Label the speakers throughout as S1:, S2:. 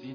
S1: Si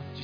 S1: Tu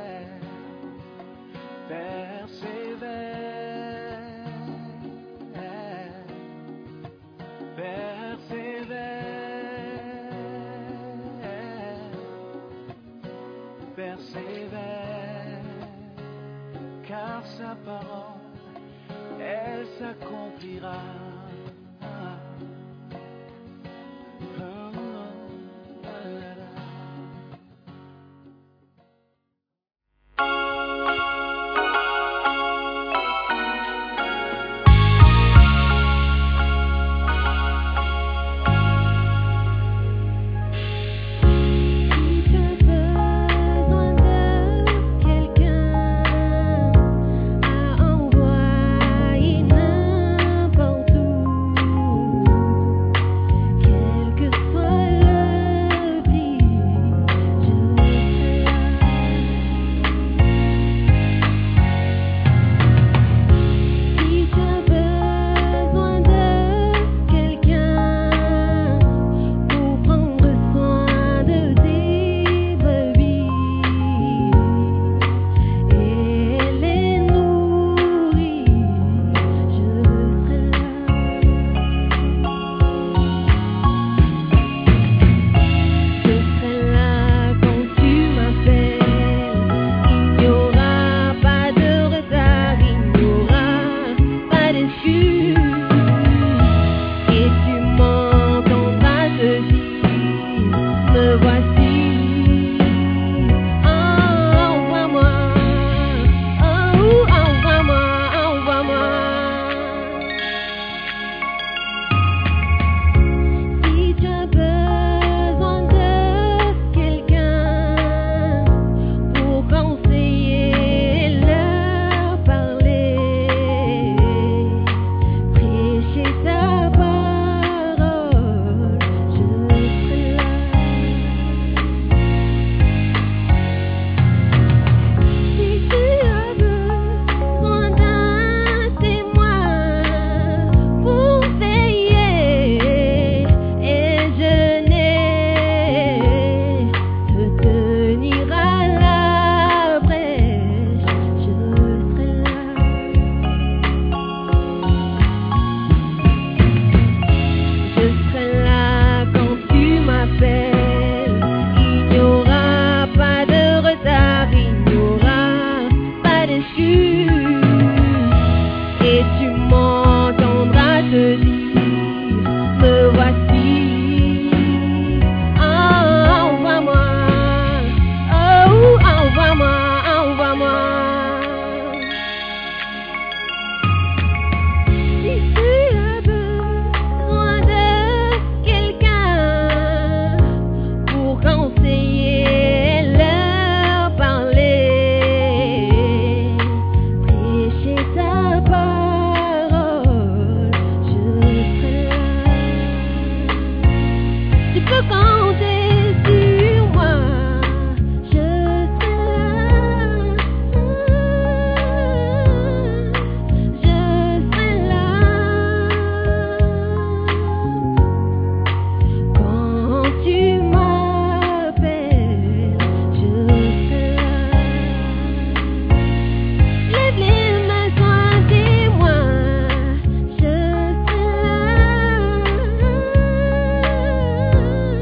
S1: Persévère, persévère, persévère, persévère, car sa parole, elle s'accomplira.
S2: Tout ce besoin de quelqu'un à envoyer n'importe où
S3: Ah,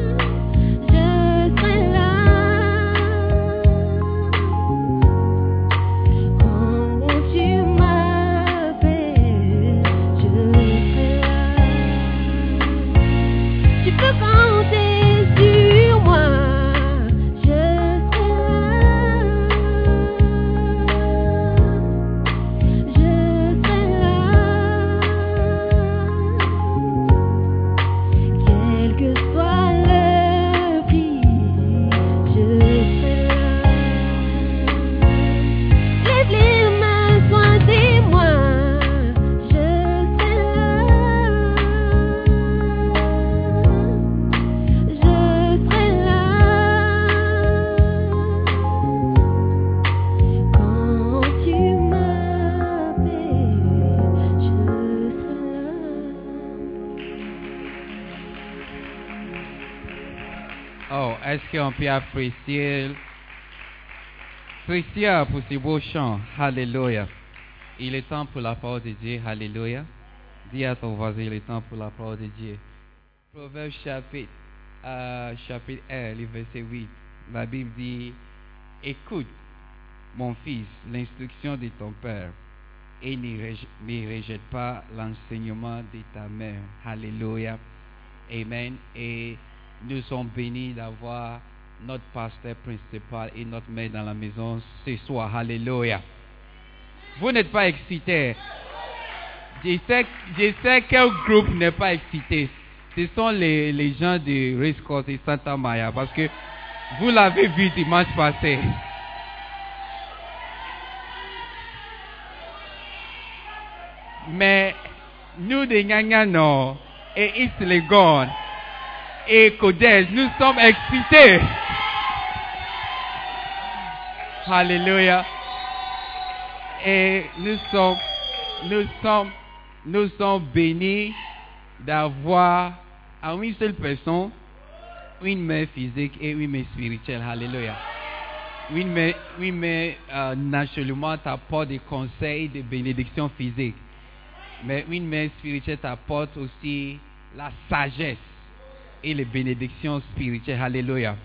S3: Ah, Oh,
S4: Oh, est-ce qu'on peut apprécier Christian pour ce beau chant? Alléluia. Il est temps pour la parole de Dieu. Alléluia. Dis à ton voisin, il est temps pour la parole de Dieu. Proverbe chapitre, euh, chapitre 1, le verset 8. La Bible dit, écoute, mon fils, l'instruction de ton père et ne reje- ne rejette pas l'enseignement de ta mère. Alléluia. Amen. Et nous sommes bénis d'avoir notre pasteur principal et notre mère dans la maison ce soir. Alléluia. Vous n'êtes pas excités. Je sais, je sais quel groupe n'est pas excité. Ce sont les, les gens de Race Course et Santa Maria parce que vous l'avez vu dimanche passé. Mais nous de Nyangano et East Legon et Codez, nous sommes excités. Alléluia. Et nous sommes, nous sommes, nous sommes bénis d'avoir à une seule personne une main physique et une main spirituelle. Alléluia. Oui, mais, oui, mais euh, naturellement, t'apporte des conseils, des bénédictions physiques. Mais une main spirituelle t'apporte aussi la sagesse et les bénédictions spirituelles. Alléluia.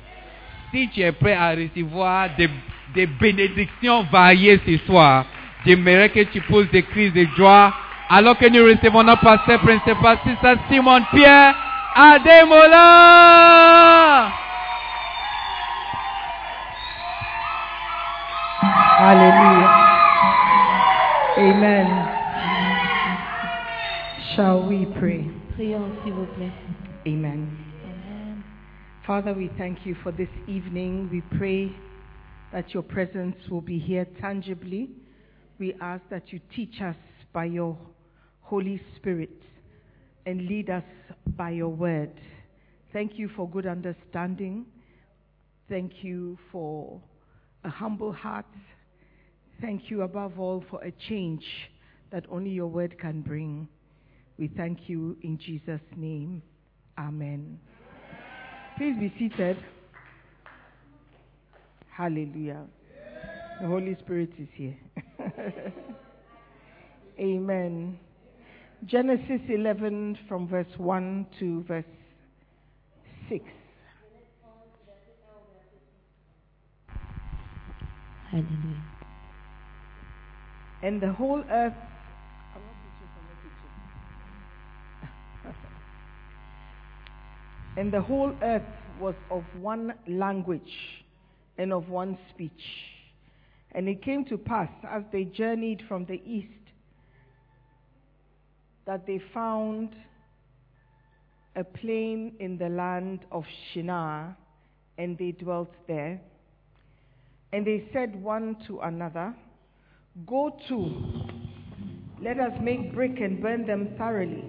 S4: Si tu es prêt à recevoir des, des bénédictions variées ce soir, j'aimerais que tu poses des crises de joie alors que nous recevons notre pasteur principal, c'est ça, Simon Pierre Ademola.
S5: Hallelujah. Amen. Shall we pray?
S3: Prions, s'il vous plaît.
S5: Amen.
S3: Amen.
S5: Father, we thank you for this evening. We pray that your presence will be here tangibly. We ask that you teach us by your Holy Spirit and lead us by your word. Thank you for good understanding. Thank you for a humble heart. Thank you above all for a change that only your word can bring. We thank you in Jesus' name. Amen. Please be seated. Hallelujah. The Holy Spirit is here. Amen. Genesis 11 from verse 1 to verse 6.
S3: Alléluia.
S5: And the whole earth. And the whole earth was of one language and of one speech. And it came to pass, as they journeyed from the east, that they found a plain in the land of Shinar, and they dwelt there. And they said one to another, Go to, let us make brick and burn them thoroughly.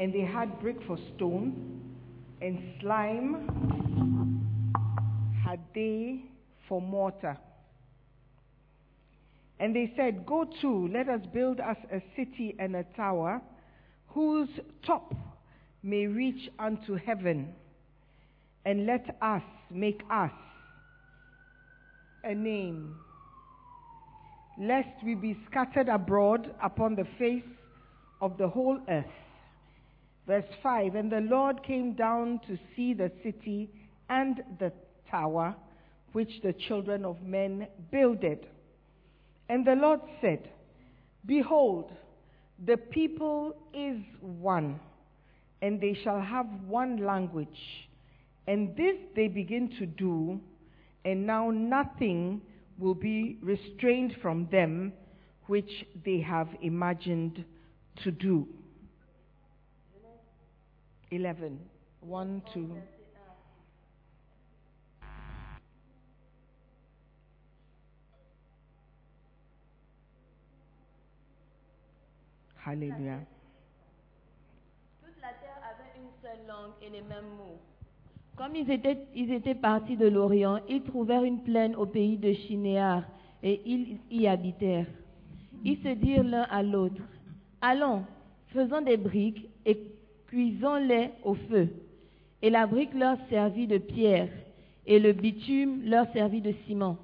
S5: And they had brick for stone, and slime had they for mortar. And they said, Go to, let us build us a city and a tower, whose top may reach unto heaven, and let us make us a name lest we be scattered abroad upon the face of the whole earth. Verse 5 And the Lord came down to see the city and the tower which the children of men builded. And the Lord said, Behold, the people is one, and they shall have one language. And this they begin to do, and now nothing will be restrained from them which they have imagined to do. 11. 1, 2. Hallelujah.
S3: Toute la terre avait une seule langue et les mêmes mots. Comme ils étaient, ils étaient partis de l'Orient, ils trouvèrent une plaine au pays de Shinéar et ils y habitèrent. Ils se dirent l'un à l'autre Allons, faisons des briques et cuisons-les au feu. Et la brique leur servit de pierre, et le bitume leur servit de ciment.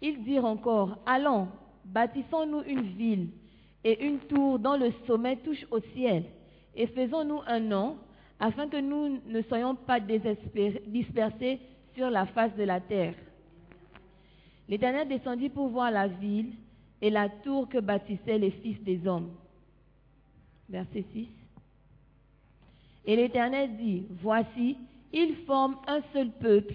S3: Ils dirent encore, allons, bâtissons-nous une ville et une tour dont le sommet touche au ciel, et faisons-nous un nom, afin que nous ne soyons pas désespérés- dispersés sur la face de la terre. L'Éternel descendit pour voir la ville et la tour que bâtissaient les fils des hommes. Verset 6. Et l'Éternel dit, Voici, ils forment un seul peuple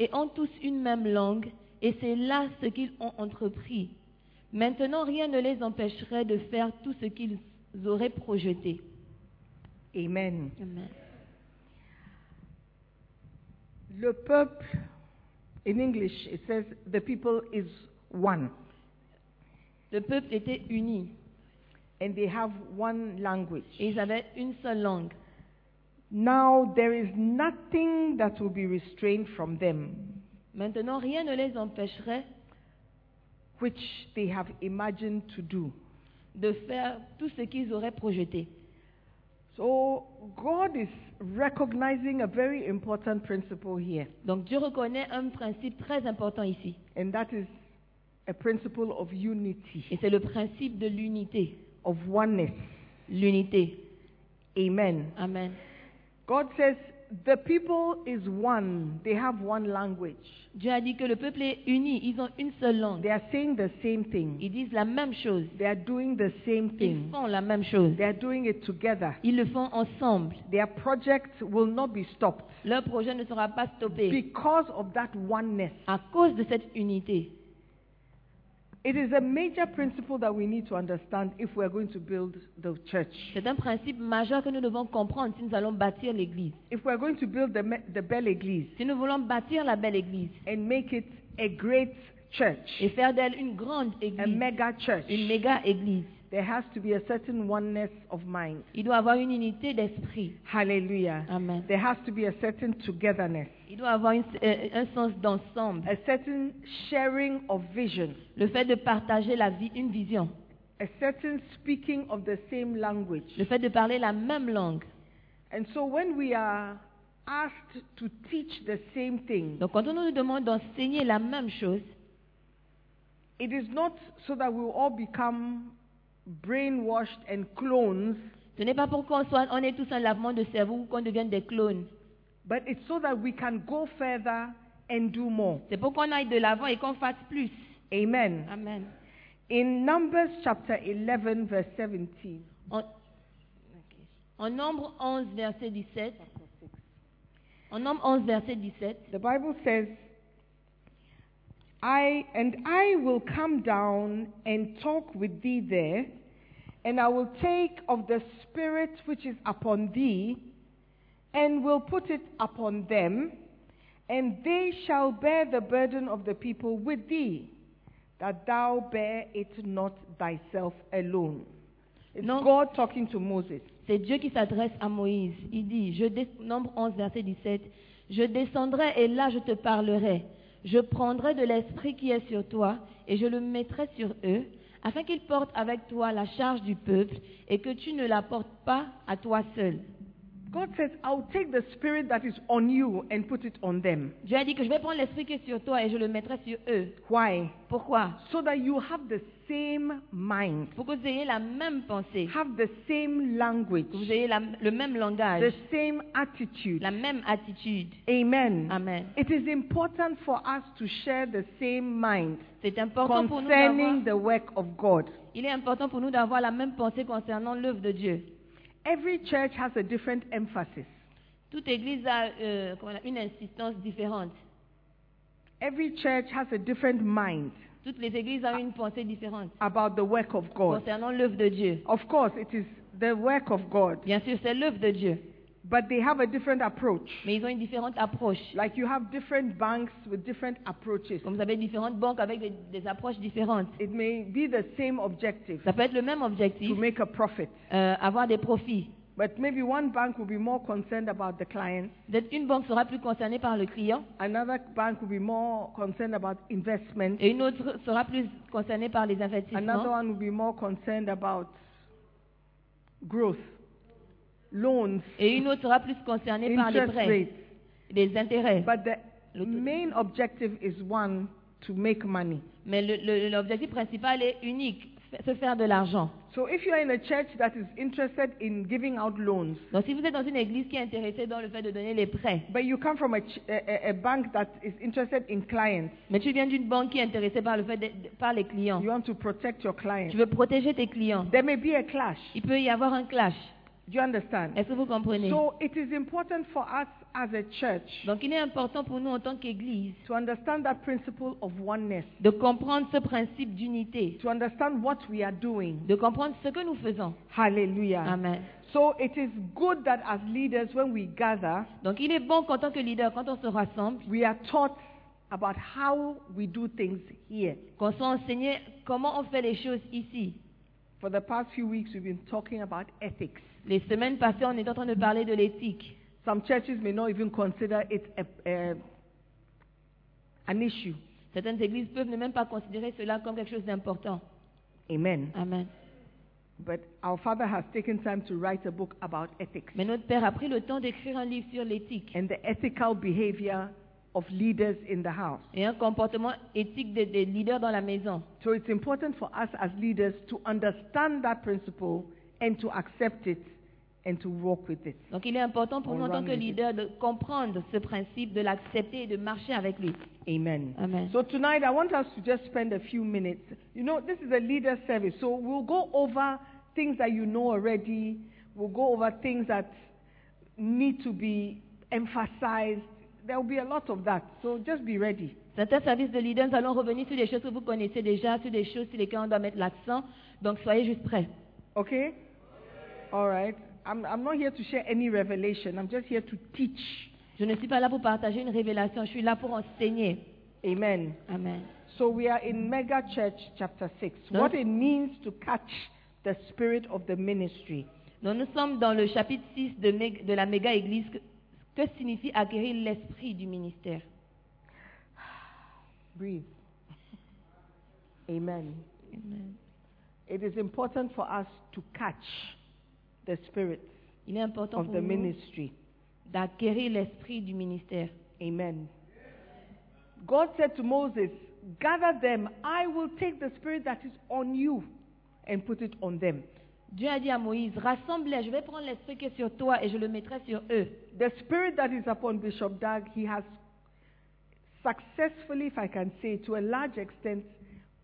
S3: et ont tous une même langue, et c'est là ce qu'ils ont entrepris. Maintenant, rien ne les empêcherait de faire tout ce qu'ils auraient projeté.
S5: Amen.
S3: Amen.
S5: Le peuple, in English, it says the people is one,
S3: Le peuple était uni
S5: and they have one language.
S3: et ils avaient une seule langue.
S5: Now there is nothing that will be restrained from them,
S3: Maintenant, rien ne les empêcherait
S5: which they have imagined to do.
S3: de faire tout ce qu'ils auraient projeté.
S5: So God is recognizing a very important principle here,
S3: Donc Dieu reconnaît un principe très important ici,
S5: and that is a principle of
S3: et
S5: unity,
S3: c'est le principe de l'unité.
S5: of oneness.
S3: L'unité.
S5: Amen.
S3: Amen.
S5: God says the people is one, they have one language.
S3: Dieu a dit que le peuple est uni, ils ont une seule
S5: They
S3: langue.
S5: are saying the same thing,
S3: Ils disent la même chose.
S5: they are doing the same
S3: Ils
S5: thing,
S3: font la même chose.
S5: they are doing it together.
S3: Ils le font ensemble.
S5: Their project will not be stopped
S3: Leur projet ne sera pas stoppé
S5: because of that oneness.
S3: à cause de cette unité.
S5: It is a major principle that we need to understand if we are going to build the church.
S3: C'est un principe majeur que nous devons comprendre si nous allons bâtir l'Église.
S5: If we are going to build the, me- the Belle Église
S3: Si nous voulons bâtir la belle Église
S5: and make it a great church,
S3: et faire d'elle une grande
S5: a
S3: Église,
S5: mega church,
S3: une méga Église,
S5: there has to be a certain oneness of mind.
S3: il doit avoir une unité d'esprit.
S5: Hallelujah.
S3: Amen.
S5: There has to be a certain togetherness,
S3: Il doit avoir une- euh, un sens d'ensemble.
S5: a certain sharing of vision,
S3: Le fait de partager la vie, une vision.
S5: a certain speaking of the same language.
S3: Le fait de parler la même langue.
S5: And so when we are asked to teach the same thing,
S3: Donc quand on nous demande d'enseigner la même chose,
S5: it is not so that we will all become brainwashed and clones,
S3: ce n'est pas pour qu'on soit, on est tous un lavement de cerveau ou qu'on devienne des clones.
S5: but it's so that we can go further and do more.
S3: C'est pour qu'on aille de l'avant et qu'on fasse plus.
S5: Amen.
S3: Amen.
S5: In Numbers chapter 11, verse 17,
S3: En, en Nombre 11, verset 17. En Nombre 11, verset 17.
S5: the Bible says, I and I will come down and talk with thee there, and I will take of the spirit which is upon thee, and will put it upon them, and they shall bear the burden of the people with thee, that thou bear it not thyself alone. It's
S3: No.
S5: God talking to Moses.
S3: C'est Dieu qui s'adresse à Moïse. Il dit, je dé- Nombre 11, verset 17, Je descendrai et là je te parlerai. Je prendrai de l'esprit qui est sur toi et je le mettrai sur eux, afin qu'ils portent avec toi la charge du peuple et que tu ne la portes pas à toi seul.
S5: God says, I'll take the spirit that is on you and put it on them.
S3: Dieu a dit que je vais prendre l'esprit qui est sur toi et je le mettrai sur eux.
S5: Why?
S3: Pourquoi
S5: so that you have the same mind,
S3: Pour que vous ayez la même pensée,
S5: have the same language,
S3: que vous ayez la- le même
S5: the
S3: langage,
S5: same attitude.
S3: la même attitude.
S5: Amen.
S3: Amen.
S5: It is important for us to share the same mind
S3: C'est important pour nous d'avoir...
S5: concerning the work of God.
S3: Il est important pour nous d'avoir la même pensée concernant l'œuvre de Dieu.
S5: Every church has a different emphasis.
S3: Toute église a euh, comment on appelle, une insistance différente.
S5: Every church has a different mind
S3: Toutes les églises ont une pensée différente
S5: about the work of God.
S3: concernant l'œuvre de Dieu.
S5: Of course, it is the work of God,
S3: Bien sûr, c'est l'œuvre de Dieu,
S5: but they have a different approach.
S3: mais ils ont une différente approche.
S5: Like you have different banks with different approaches.
S3: Comme vous avez différentes banques avec des, des approches différentes.
S5: It may be the same objective
S3: Ça peut être le même
S5: to
S3: objectif,
S5: make a profit.
S3: euh, avoir des profits.
S5: But maybe one bank will be more concerned about the client,
S3: Peut-être une banque sera plus concernée par le client
S5: another bank will be more concerned about investment,
S3: et une autre sera plus concernée par les
S5: another
S3: investissements.
S5: one will be more concerned about growth. loans,
S3: et une autre sera plus concernée par les
S5: interest
S3: prêts,
S5: rates.
S3: les intérêts.
S5: But the
S3: Le taux de-
S5: main objective is one to make money.
S3: Mais le- le- l'objectif principal est unique, fa- se faire de l'argent.
S5: So if you are in a church that is interested in giving out loans,
S3: Donc si vous êtes dans une église qui est intéressée dans le fait de donner les prêts,
S5: but you come from a, ch- a, a- a bank that is interested in clients,
S3: mais tu viens d'une banque qui est intéressée par, le fait de- de- par les clients,
S5: you want to protect your
S3: tu
S5: clients.
S3: veux protéger tes clients,
S5: There may be a clash.
S3: il peut y avoir un clash.
S5: Do you understand?
S3: Est-ce que vous comprenez
S5: So it is important for us as a church
S3: Donc il est important pour nous en tant qu'église
S5: to understand that principle of oneness,
S3: de comprendre ce principe d'unité,
S5: to understand what we are doing.
S3: de comprendre ce que nous faisons.
S5: Hallelujah.
S3: Amen.
S5: So it is good that as leaders, when we gather,
S3: Donc il est bon qu'en tant que leader, quand on se rassemble,
S5: we are taught about how we do things here.
S3: qu'on soit enseigné comment on fait les choses ici.
S5: For the past few weeks, we've been talking about ethics.
S3: Les semaines passées, on est en train de parler de l'éthique.
S5: Some churches may not even consider it a, a, an issue.
S3: Certaines églises peuvent ne même pas considérer cela comme quelque chose d'important.
S5: Amen.
S3: Amen.
S5: But our father has taken time to write a book about ethics
S3: Mais notre Père a pris le temps d'écrire un livre sur l'éthique
S5: and the ethical behavior of leaders in the house.
S3: et un comportement éthique des, des leaders dans la maison.
S5: So it's important for us as leaders to understand that principle and to accept it and to walk with it.
S3: Donc il est important pour
S5: On
S3: nous en tant que
S5: ramène.
S3: leaders de comprendre ce principe, de l'accepter et de marcher avec lui.
S5: Amen.
S3: Amen.
S5: So tonight I want us to just spend a few minutes. You know, this is a leader service, so we'll go over things that you know already. We'll go over things that need to be emphasized. There will be a lot of that. So just be ready.
S3: Certains services de leader, nous allons revenir sur des choses que vous connaissez déjà, sur des choses sur lesquelles on doit mettre l'accent. Donc soyez juste prêts.
S5: Okay? All right. I'm, I'm not here to share any revelation. I'm just here to teach.
S3: Je ne suis pas là pour partager une révélation, je suis là pour enseigner.
S5: Amen.
S3: Amen.
S5: So we are in Mega Church chapter 6.
S3: No.
S5: What it means to catch the spirit of the ministry.
S3: Donc nous sommes dans le chapitre 6 de, Meg- de la méga église. Que, que signifie acquérir l'esprit du ministère
S5: Breathe. Amen. It is important for us to catch the spirit
S3: Il est important
S5: of
S3: pour
S5: the
S3: nous
S5: ministry.
S3: d'acquérir l'esprit du ministère.
S5: Amen. God said to Moses, Gather them, I will take the spirit that is on you and put it on them.
S3: Dieu a dit à Moïse, rassemble-les, je vais prendre l'esprit qui est sur toi et je le mettrai sur eux.
S5: Uh, The spirit that is upon Bishop Dag, he has successfully, if I can say, to a large extent,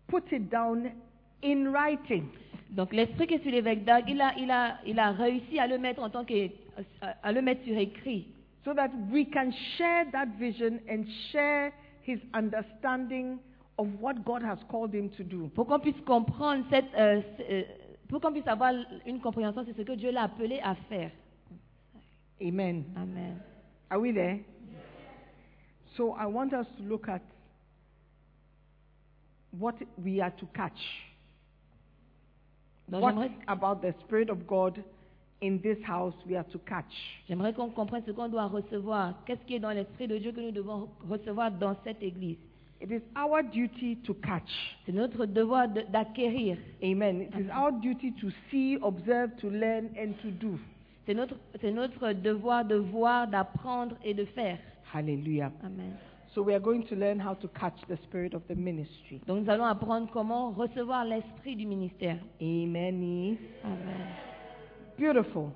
S5: put it down in writing.
S3: Donc l'esprit qui est sur l'évêque Dag, il a, il, a, il a réussi à le mettre en tant que, à- à le mettre sur écrit
S5: so that we can share that vision and share his understanding of what God has called him to do.
S3: pour qu'on puisse comprendre cette, euh, c- euh, pour qu'on puisse avoir une compréhension de ce que Dieu l'a appelé à faire.
S5: Amen.
S3: Amen.
S5: Are we there? So I want us to look at what we are to catch.
S3: Donc,
S5: what
S3: j'aimerais-
S5: about the Spirit of God in this house we are to catch?
S3: J'aimerais qu'on comprenne ce qu'on doit recevoir. Qu'est-ce qui est dans l'esprit de Dieu que nous devons recevoir dans cette église
S5: It is our duty to catch.
S3: C'est notre devoir de- d'acquérir.
S5: Amen. It is our duty to see, observe, to learn, and to do.
S3: C'est notre, c'est notre devoir de voir, d'apprendre et de faire.
S5: Hallelujah.
S3: Amen.
S5: So we are going to learn how to catch the spirit of the ministry.
S3: Donc nous allons apprendre comment recevoir l'esprit du ministère.
S5: Amen.
S3: Amen.
S5: Beautiful.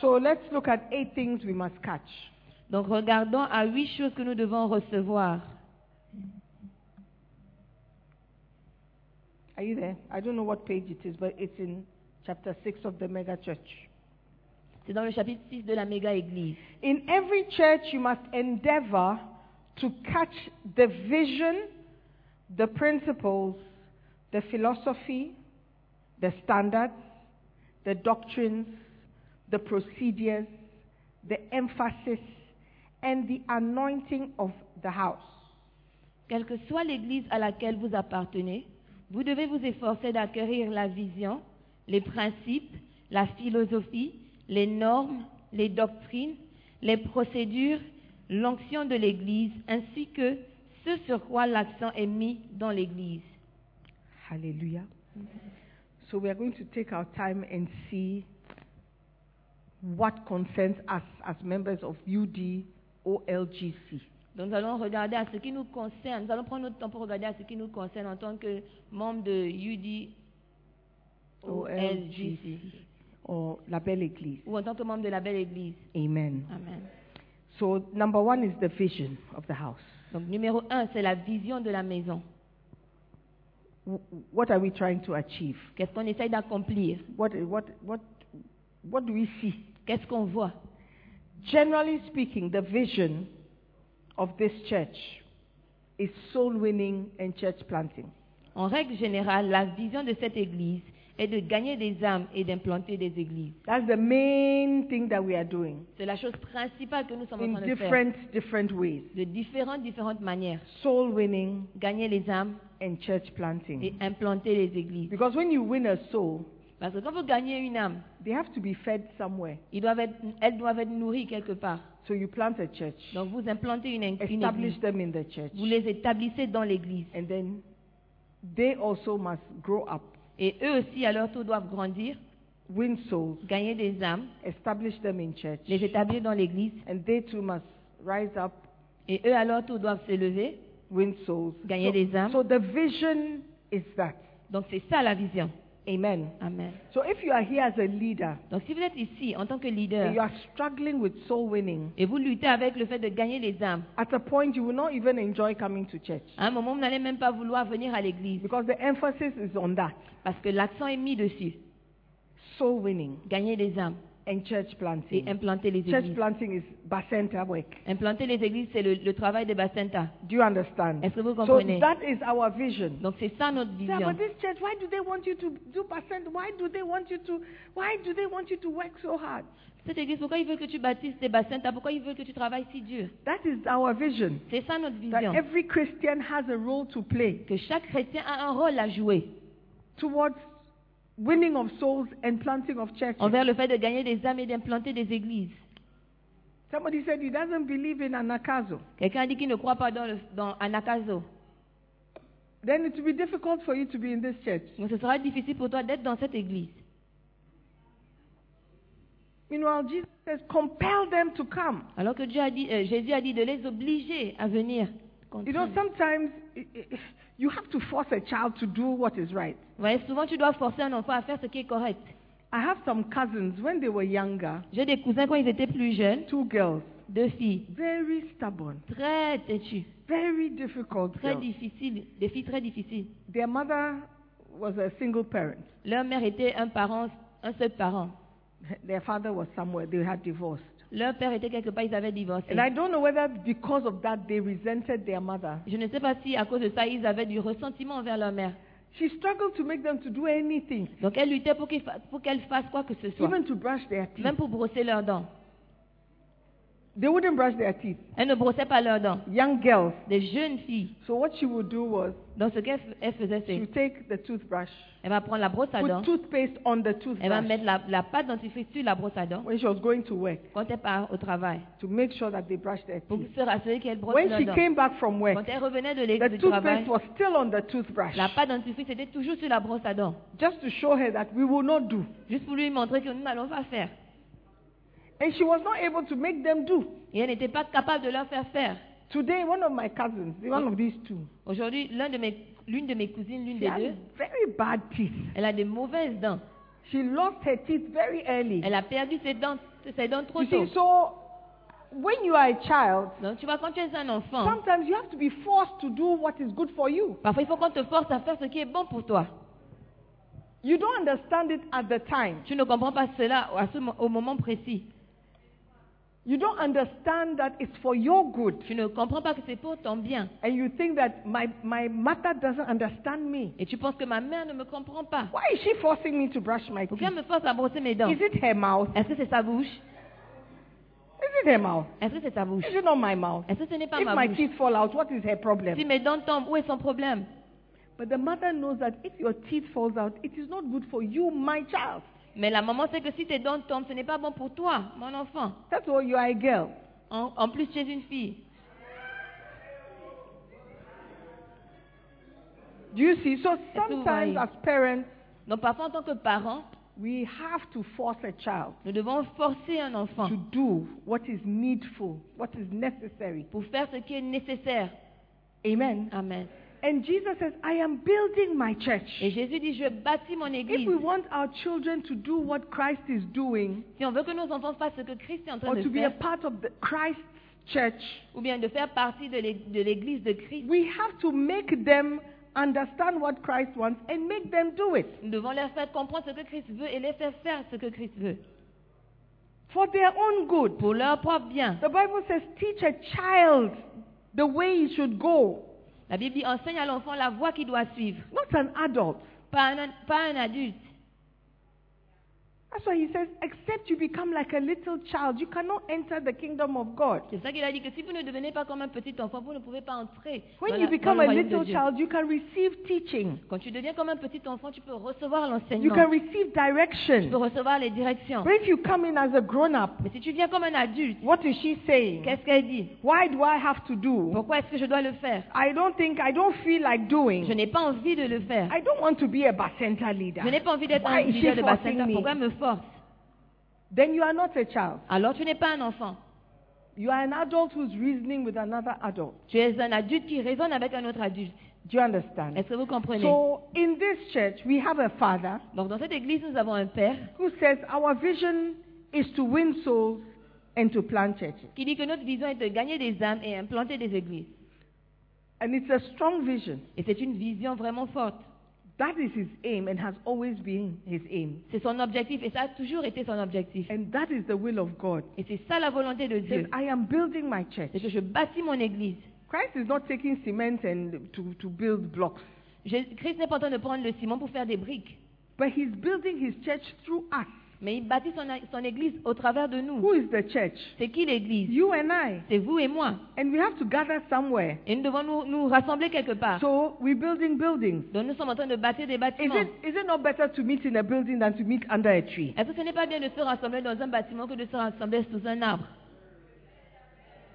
S5: So let's look at eight things we must catch.
S3: Donc regardons à huit choses que nous devons recevoir.
S5: Are you there? I don't know what page it is, but it's in chapter 6 of the mega church.
S3: C'est dans le chapitre 6 de la méga église.
S5: In every church, you must endeavor to catch the vision, the principles, the philosophy, the standards, the doctrines, the procedures, the emphasis, and the anointing of the house.
S3: Quelle que soit l'église à laquelle vous appartenez, vous devez vous efforcer d'acquérir la vision, les principes, la philosophie, les normes, les doctrines, les procédures, l'onction de l'église, ainsi que ce sur quoi l'accent est mis dans l'église.
S5: Hallelujah. So we are going to take our time and see what concerns us as members of UDOLGC.
S3: Donc nous allons regarder à ce qui nous concerne. Nous allons prendre notre temps pour regarder à ce qui nous concerne en tant que membre de UD OLGC
S5: or La Belle Église.
S3: ou en tant que membre de la belle église.
S5: Amen.
S3: Amen.
S5: So, number one is the vision of the house.
S3: Donc numéro un, c'est la vision de la maison.
S5: W- what are we trying to achieve?
S3: Qu'est-ce qu'on essaye d'accomplir
S5: What, what, what, what do we see?
S3: Qu'est-ce qu'on voit
S5: Generally speaking, the vision of this church is soul winning and church planting.
S3: En règle générale, la vision de cette église est de gagner des âmes et d'implanter des églises.
S5: That's the main thing that we are doing
S3: C'est la chose principale que nous sommes en
S5: in
S3: train de faire.
S5: different, different ways.
S3: De différentes, différentes manières.
S5: Soul winning
S3: Gagner les âmes
S5: and church
S3: et
S5: planting.
S3: implanter les églises.
S5: Because when you win a soul,
S3: Parce que quand vous gagnez une âme,
S5: they have to be fed somewhere.
S3: ils doivent être- elles doivent être nourries quelque part.
S5: So you plant a church,
S3: Donc vous implantez une, une église.
S5: establish them in the church,
S3: Vous les établissez dans l'église.
S5: and then they also must grow up,
S3: Et eux aussi, à leur tour, doivent grandir,
S5: win souls,
S3: gagner des âmes,
S5: establish them in church,
S3: les établir dans l'église.
S5: and they too must rise up,
S3: Et eux, à leur tour, doivent se lever.
S5: win souls.
S3: Gagner des âmes.
S5: so the vision is that.
S3: Donc c'est ça la vision.
S5: Amen.
S3: Amen.
S5: So if you are here as a leader
S3: Donc si vous êtes ici en tant que
S5: and you
S3: leader
S5: are struggling with soul winning,
S3: et vous luttez avec le fait de gagner les âmes,
S5: at a point you will not even enjoy coming to church
S3: à un moment, vous n'allez même pas vouloir venir à l'église
S5: because the emphasis is on that
S3: parce que l'accent est mis dessus.
S5: soul winning
S3: Gagner des âmes
S5: and church
S3: et
S5: planting.
S3: implanter les
S5: Church
S3: églises.
S5: planting is basenta work.
S3: Implanter les églises, c'est le, le travail de Bacenta.
S5: Do you understand?
S3: Est-ce que vous
S5: So
S3: comprenez
S5: that is our vision.
S3: Donc c'est ça notre
S5: Sir,
S3: vision.
S5: but this church, why do they want you to do percent? Why do they want you to? Why do they want you to work so hard?
S3: Cette église, pourquoi ils veulent que tu bâtisses des Bacenta Pourquoi ils veulent que tu travailles si dur
S5: That is our vision.
S3: C'est ça notre
S5: That
S3: vision.
S5: every Christian has a role to play
S3: Que chaque chrétien a un rôle à jouer
S5: towards winning of souls and planting of churches.
S3: envers le fait de gagner des âmes et d'implanter des églises.
S5: Somebody said he doesn't believe in anakazo.
S3: Quelqu'un a dit qu'il ne croit pas dans, le, dans Anakazo.
S5: Then it will be difficult for you to be in this church.
S3: Donc ce sera difficile pour toi d'être dans cette église.
S5: Meanwhile, Jesus says, compel them to come.
S3: Alors que Dieu a dit, euh, Jésus a dit de les obliger à venir.
S5: You know,
S3: Contraindre.
S5: sometimes i- i- you have to force a child to do what is right.
S3: Vous voyez, souvent tu dois forcer un enfant à faire ce qui est correct.
S5: I have some cousins when they were younger,
S3: J'ai des cousins quand ils étaient plus jeunes,
S5: two girls,
S3: deux filles,
S5: very stubborn,
S3: très têtues,
S5: very difficult.
S3: très
S5: girls.
S3: difficiles, des filles très difficiles.
S5: Their mother was a single parent.
S3: Leur mère était un parent, un seul parent.
S5: Their father was somewhere. They had divorced.
S3: Leur père était quelque part, ils avaient divorcé.
S5: And I don't know whether because of that they resented their mother.
S3: Je ne sais pas si à cause de ça, ils avaient du ressentiment envers leur mère.
S5: She struggled to make them to do anything,
S3: Donc elle luttait pour qu'ils fa- pour qu'elle fasse quoi que ce soit,
S5: even to brush their teeth.
S3: même pour brosser leurs dents.
S5: They wouldn't brush their teeth.
S3: Elle ne brossait pas leurs dents.
S5: Young girls.
S3: Des jeunes filles.
S5: So what she would do was
S3: Donc ce qu'elle f- elle faisait,
S5: she
S3: c'est
S5: would take the toothbrush,
S3: elle va prendre la brosse à dents,
S5: put toothpaste on the
S3: elle va
S5: toothbrush
S3: mettre la, la pâte dentifrice sur la brosse à dents
S5: when she was going to work
S3: quand elle part au travail
S5: to make sure that they brushed their
S3: pour
S5: teeth.
S3: se rassurer qu'elle brosse
S5: When
S3: leurs
S5: she
S3: dents.
S5: came back from work,
S3: Quand elle revenait de
S5: the
S3: l'école du travail,
S5: toothpaste was still on the toothbrush.
S3: la pâte dentifrice était toujours sur la brosse à dents,
S5: just to show her that we will not do.
S3: juste pour lui montrer que nous n'allons pas faire.
S5: And she was not able to make them do.
S3: Et elle n'était pas capable de leur faire faire.
S5: Today, one of my cousins, one of these two,
S3: Aujourd'hui, l'un de mes- l'une de mes cousines, l'une
S5: she
S3: des
S5: has
S3: deux,
S5: very bad teeth.
S3: elle a des mauvaises dents.
S5: She lost her teeth very early.
S3: Elle a perdu ses dents, ses dents trop
S5: You
S3: tôt.
S5: see, so when you are a child,
S3: Donc tu vois, quand tu es un enfant,
S5: sometimes you have to be forced to do what is good for you.
S3: parfois il faut qu'on te force à faire ce qui est bon pour toi.
S5: You don't understand it at the time.
S3: Tu ne comprends pas cela à ce mo- au moment précis.
S5: You don't understand that it's for your good.
S3: Tu ne comprends pas que c'est pour ton bien.
S5: And you think that my, my mother doesn't understand me.
S3: Et tu penses que ma mère ne me comprend pas.
S5: Why is she forcing me to brush my teeth?
S3: Pourquoi elle me force à brosser mes dents
S5: Is it her mouth?
S3: Est-ce que c'est sa bouche
S5: Is it her mouth?
S3: Est-ce que c'est sa bouche
S5: Is it not my mouth?
S3: Est-ce que ce n'est pas
S5: If
S3: ma
S5: my
S3: bouche
S5: teeth fall out, what is her
S3: Si
S5: problem?
S3: mes dents tombent, où est son problème
S5: But the mother knows that if your teeth falls out, it is not good for you, my child.
S3: Mais la maman sait que si tes dents tombent, ce n'est pas bon pour toi, mon enfant.
S5: That's all you are a girl.
S3: En, en plus, tu es une fille.
S5: Do you see? So
S3: why.
S5: sometimes as parents,
S3: Donc parfois, en tant que parent,
S5: We have to force a child
S3: Nous devons forcer un enfant
S5: to do what is needful, what is necessary.
S3: pour faire ce qui est nécessaire.
S5: Amen.
S3: Amen.
S5: And Jesus says, I am building my
S3: Et
S5: church.
S3: Jésus dit, je bâtis mon
S5: If
S3: église.
S5: we want our children to do what Christ is doing,
S3: Si on veut que nos enfants fassent ce que Christ est en train
S5: or
S3: de
S5: to be a
S3: faire,
S5: part of the Christ's church,
S3: ou bien de faire partie de l'é- de l'église de Christ,
S5: we have to make them understand what Christ wants and make them do it
S3: nous devons leur faire comprendre ce que Christ veut et les faire faire ce que Christ veut.
S5: for their own good.
S3: Pour leur propre bien.
S5: The Bible says, teach a child the way he should go,
S3: La Bible dit, enseigne à l'enfant la voie qu'il doit suivre,
S5: not an adult.
S3: pas un, pas un adulte.
S5: That's why he says, except you become like a little child, you cannot enter the kingdom of God.
S3: C'est ça qu'il a dit que si vous ne devenez pas comme un petit enfant, vous ne pouvez pas entrer dans,
S5: When
S3: la-
S5: you
S3: dans
S5: become
S3: le
S5: a
S3: royaume de
S5: little
S3: Dieu.
S5: child, you can receive teaching,
S3: Quand tu deviens comme un petit enfant, tu peux recevoir
S5: you
S3: l'enseignement,
S5: can receive
S3: tu peux
S5: direction.
S3: recevoir les directions.
S5: But if you come in as a grown up,
S3: Mais si tu viens comme un adulte,
S5: what is she saying?
S3: qu'est-ce qu'elle dit
S5: Why do I have to do?
S3: Pourquoi est-ce que je dois le faire
S5: I don't think, I don't feel like
S3: Je
S5: doing.
S3: n'ai pas envie de le faire.
S5: I don't want to be a basenta leader.
S3: Je n'ai pas envie d'être
S5: Why
S3: un
S5: is she
S3: leader de
S5: forcing
S3: bassin.
S5: me?
S3: Pourquoi elle me force
S5: Then you are not a child.
S3: Alors tu n'es pas un enfant.
S5: You are an adult who's reasoning with another adult.
S3: Tu es un adulte qui raisonne avec un autre adulte.
S5: Do you understand?
S3: Est-ce que vous comprenez
S5: So in this church, we have a father
S3: Donc dans cette église, nous avons un père
S5: who says our vision is to win souls and to plant churches.
S3: qui dit que notre vision est de gagner des âmes et implanter des églises.
S5: And it's a strong vision.
S3: Et c'est une vision vraiment forte.
S5: That is his aim and has always been his aim.
S3: C'est son objectif et ça a toujours été son objectif.
S5: And that is the will of God.
S3: Et c'est ça la volonté de
S5: He says,
S3: Dieu.
S5: I am building my church.
S3: C'est que je bâtis mon église.
S5: Christ is not taking cement and to, to build blocks,
S3: Je- Christ n'est pas en train de prendre le ciment pour faire des briques,
S5: but he's building his church through us.
S3: mais il bâtit son, son église au travers de nous.
S5: Who is the church?
S3: C'est qui l'église
S5: You and I.
S3: C'est vous et moi.
S5: And we have to gather somewhere.
S3: Et nous devons nous, nous rassembler quelque part.
S5: So we're building buildings.
S3: Donc nous sommes en train de bâtir des
S5: Is
S3: bâtiments.
S5: it, is it not better to meet in a building than to meet under a tree?
S3: Est-ce que ce n'est pas bien de se rassembler dans un bâtiment que de se rassembler sous un arbre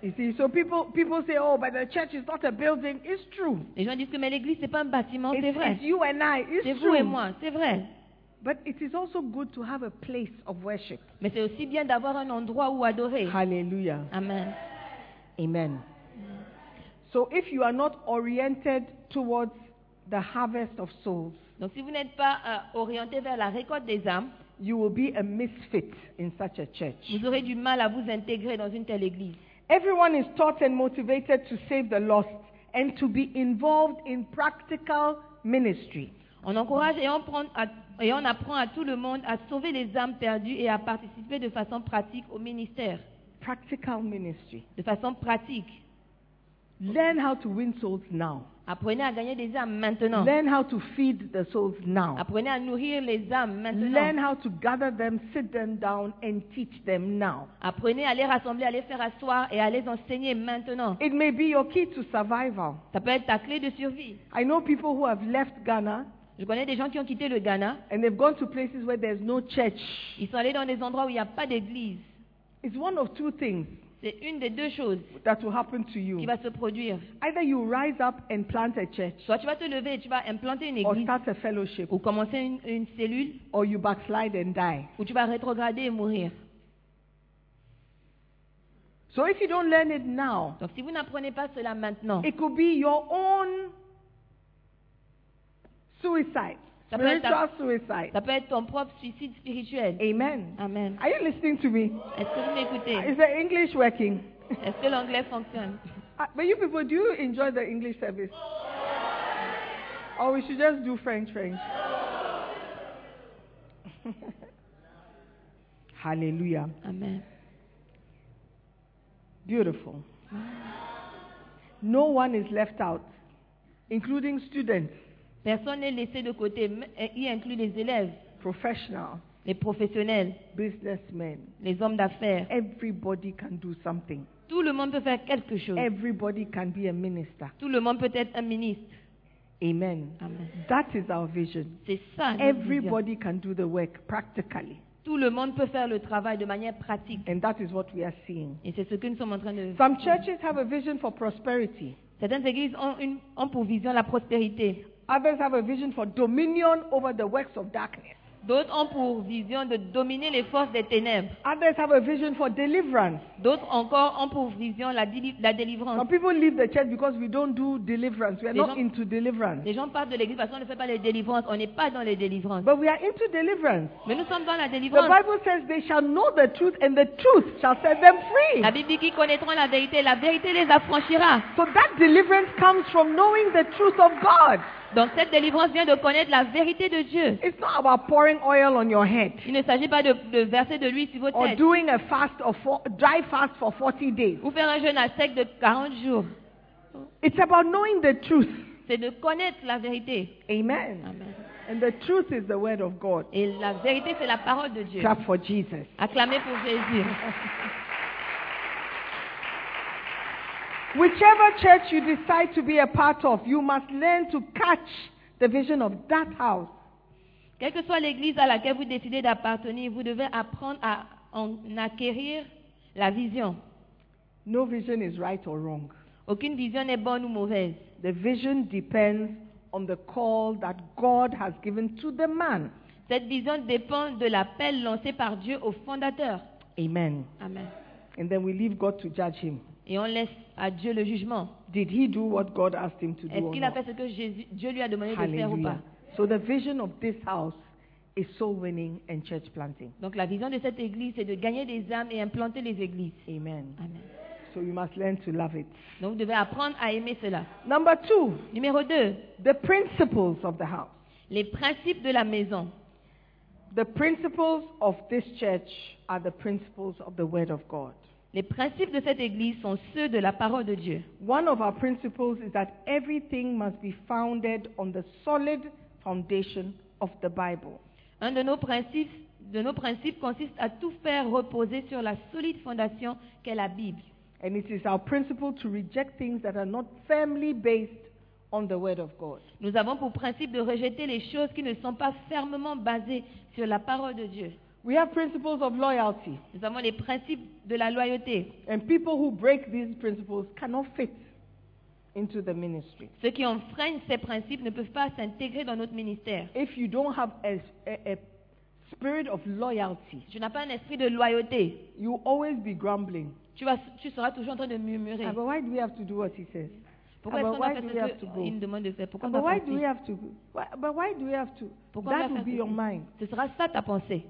S5: You see, so people, people say, oh, but the church is not a building. It's true.
S3: Les gens disent que mais l'église c'est pas un bâtiment, c'est
S5: It's,
S3: vrai.
S5: it's you and I.
S3: C'est
S5: It's
S3: vous et
S5: true.
S3: moi, c'est vrai.
S5: But it is also good to have a place of worship.
S3: Mais c'est aussi bien d'avoir un endroit où adorer.
S5: Hallelujah.
S3: Amen.
S5: Amen. So if you are not oriented towards the harvest of souls,
S3: Donc si vous n'êtes pas euh, orienté vers la récolte des âmes,
S5: you will be a misfit in such a church.
S3: vous aurez du mal à vous intégrer dans une telle église.
S5: Everyone is taught and motivated to save the lost and to be involved in practical ministry.
S3: On encourage et on, prend à- et on apprend à tout le monde à sauver les âmes perdues et à participer de façon pratique au ministère,
S5: Practical ministry.
S3: de façon pratique.
S5: Learn how to win souls now.
S3: Apprenez à gagner des âmes maintenant.
S5: Learn how to feed the souls now.
S3: Apprenez à nourrir les âmes
S5: Learn
S3: maintenant.
S5: how to gather them, sit them down, and teach them now.
S3: Apprenez à les rassembler, à les faire asseoir et à les enseigner maintenant.
S5: It may be your key to survival.
S3: Ça peut être ta clé de survie.
S5: I know people who have left Ghana
S3: Je connais des gens qui ont quitté le Ghana.
S5: and they've gone to places where there's no church.
S3: Ils sont allés dans des endroits où il n'y a pas d'église.
S5: It's one of two things
S3: C'est une des deux choses
S5: that will happen to
S3: qui
S5: you.
S3: va se produire.
S5: Either you rise up and plant a church,
S3: Soit tu vas te lever et tu vas implanter une
S5: or
S3: église,
S5: start a fellowship,
S3: ou commencer une, une cellule,
S5: or you backslide and die.
S3: ou tu vas rétrograder et mourir.
S5: So if you don't learn it now,
S3: Donc si vous n'apprenez pas cela maintenant,
S5: it could be your own suicide,
S3: Ça peut être
S5: spiritual
S3: ta-
S5: suicide.
S3: ça peut être ton propre suicide spirituel.
S5: Amen.
S3: Amen.
S5: Are you listening to me?
S3: Est-ce que vous m'écoutez
S5: Is the English working?
S3: Est-ce que l'anglais fonctionne
S5: Uh, But you people, do you enjoy the English service? Or we should just do French, French. Hallelujah.
S3: Amen.
S5: Beautiful. No one is left out, including students,
S3: Personne n'est laissé de côté, m- et y inclut les élèves,
S5: professional,
S3: les professionnels,
S5: businessmen.
S3: les hommes d'affaires.
S5: Everybody can do something.
S3: Tout le monde peut faire quelque chose.
S5: Everybody can be a minister.
S3: Tout le monde peut être un ministre.
S5: Amen.
S3: Amen.
S5: That is our vision.
S3: C'est ça. notre vision.
S5: Everybody can do the work practically.
S3: Tout le monde peut faire le travail de manière pratique.
S5: And that is what we are seeing.
S3: Et c'est ce que nous sommes en train de
S5: Some churches have a vision for prosperity.
S3: Certaines églises ont, une, ont pour vision la prospérité.
S5: Others have a vision for dominion over the works of darkness.
S3: D'autres ont pour vision de dominer les forces des ténèbres.
S5: Others have a vision for deliverance.
S3: D'autres encore ont pour vision la, déli- la délivrance.
S5: Some people leave the church because we don't do deliverance. We are
S3: They
S5: not
S3: don't-
S5: into deliverance.
S3: Les gens partent de l'église parce qu'on ne fait pas les délivrances. On n'est pas dans les délivrances.
S5: But we are into deliverance.
S3: Mais nous sommes dans la
S5: The
S3: délivrance.
S5: Bible says they shall know the truth and the truth shall set them free.
S3: La Bible dit qu'ils connaîtront la vérité. La vérité les affranchira.
S5: So that deliverance comes from knowing the truth of God.
S3: Donc cette délivrance vient de connaître la vérité de Dieu.
S5: It's not about pouring oil on your head
S3: Il ne s'agit pas de, de verser de l'huile sur vos
S5: or
S3: têtes
S5: doing a fast or for, dry fast for 40 days.
S3: ou faire un jeûne à sec de 40 jours.
S5: It's about knowing the truth.
S3: C'est de connaître la vérité.
S5: Amen. And the truth is the word of God.
S3: Et la vérité, c'est la parole de Dieu.
S5: Clap for Jesus.
S3: Acclamez pour Jésus.
S5: Whichever church you decide to be a part of, you must learn to catch the vision of that house.
S3: Quelle que soit l'église à laquelle vous décidez d'appartenir, vous devez apprendre à en acquérir la vision.
S5: No vision is right or wrong.
S3: Aucune vision n'est bonne ou mauvaise.
S5: The vision depends on the call that God has given to the man.
S3: Cette vision dépend de l'appel lancé par Dieu au fondateur.
S5: Amen.
S3: Amen.
S5: And then we leave God to judge him.
S3: Et on laisse à Dieu le jugement.
S5: Did he do what God asked him to do?
S3: Est-ce
S5: or
S3: qu'il a
S5: not?
S3: fait ce que Jésus- Dieu lui a demandé de faire ou pas
S5: Hallelujah. So the vision of this house is soul winning and church planting.
S3: Donc la vision de cette église, c'est de gagner des âmes et implanter les églises.
S5: Amen.
S3: Amen.
S5: So you must learn to love it.
S3: Donc vous devez apprendre à aimer cela.
S5: Number two,
S3: Numéro 2,
S5: the principles of the house.
S3: les principes de la maison.
S5: The principles of this church are the principles of the Word of God.
S3: Les principes de cette église sont ceux de la parole de Dieu.
S5: One of our principles is that everything must be founded on the solid foundation of the Bible.
S3: Un de nos principes, de nos principes consiste à tout faire reposer sur la solide fondation qu'est la Bible.
S5: And it is our principle to reject things that are not firmly based on the Word of God.
S3: Nous avons pour principe de rejeter les choses qui ne sont pas fermement basées sur la parole de Dieu.
S5: We have principles of loyalty,
S3: Nous avons les principes de la loyauté.
S5: and people who break these principles cannot fit into the ministry.
S3: Ceux qui enfreignent ces principes ne peuvent pas s'intégrer dans notre ministère.
S5: If you don't have a, a- a spirit of loyalty,
S3: Tu n'as pas un esprit de loyauté.
S5: you will always be grumbling.
S3: Tu, vas, tu seras toujours en train de murmurer.
S5: Ah, But why do we have to do what he says?
S3: Pourquoi
S5: Ah,
S3: est-ce
S5: but
S3: qu'on doit
S5: why
S3: faire
S5: do we have
S3: ce
S5: to go?
S3: qu'il nous demande de faire Pourquoi
S5: Ah,
S3: on
S5: But
S3: does
S5: why do we have to? Why, but why do we have to?
S3: Pourquoi on doit
S5: That
S3: faire
S5: will be
S3: ceci?
S5: your mind.
S3: Ce sera ça ta pensée.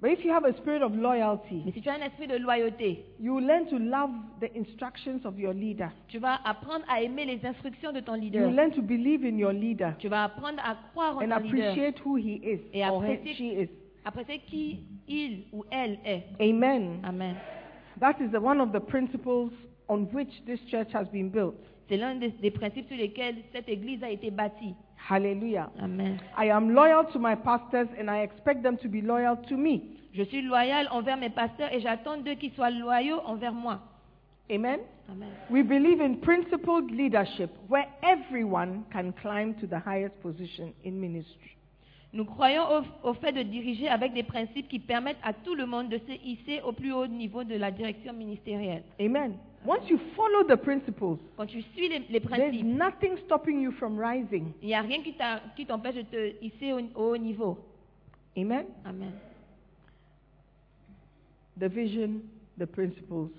S5: But if you have a spirit of
S3: Mais
S5: loyalty,
S3: si tu as un esprit de loyauté,
S5: you will learn to love the instructions of your leader.
S3: tu vas apprendre à aimer les instructions de ton
S5: You
S3: leader.
S5: will learn to believe in your leader
S3: Tu vas apprendre à croire en
S5: and
S3: ton leader.
S5: appreciate who he is
S3: Et
S5: or he-
S3: apprécier-
S5: she is.
S3: Après, c'est qui il ou elle est.
S5: Amen.
S3: Amen.
S5: That is the, one of the principles on which this church has been built.
S3: C'est l'un des, des principes sur lesquels cette église a été bâtie.
S5: Hallelujah.
S3: Amen.
S5: I am loyal to my pastors and I expect them to be loyal to me.
S3: Je suis loyal envers mes pasteurs et j'attends d'eux qu'ils soient loyaux envers moi.
S5: Amen.
S3: Amen.
S5: We believe in principled leadership where everyone can climb to the highest position in ministry.
S3: Nous croyons au, au fait de diriger avec des principes qui permettent à tout le monde de se hisser au plus haut niveau de la direction ministérielle.
S5: Amen. Once you follow the principles,
S3: Quand tu suis les, les
S5: there's
S3: principes,
S5: nothing stopping you from rising.
S3: il n'y a rien qui t'a- qui t'empêche de te hisser au, au haut niveau.
S5: Amen.
S3: Amen.
S5: The vision, the principles,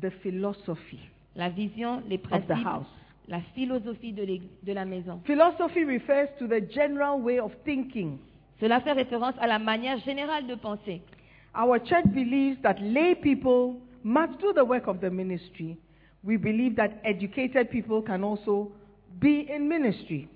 S5: the philosophy.
S3: La vision, les principes,
S5: house.
S3: la philosophie de, l'ég- de la maison.
S5: Philosophy refers to the general way of thinking.
S3: Cela fait référence à la manière générale de penser.
S5: Our church believes that lay people must do the work of the ministry. We believe that educated people can also be in ministry.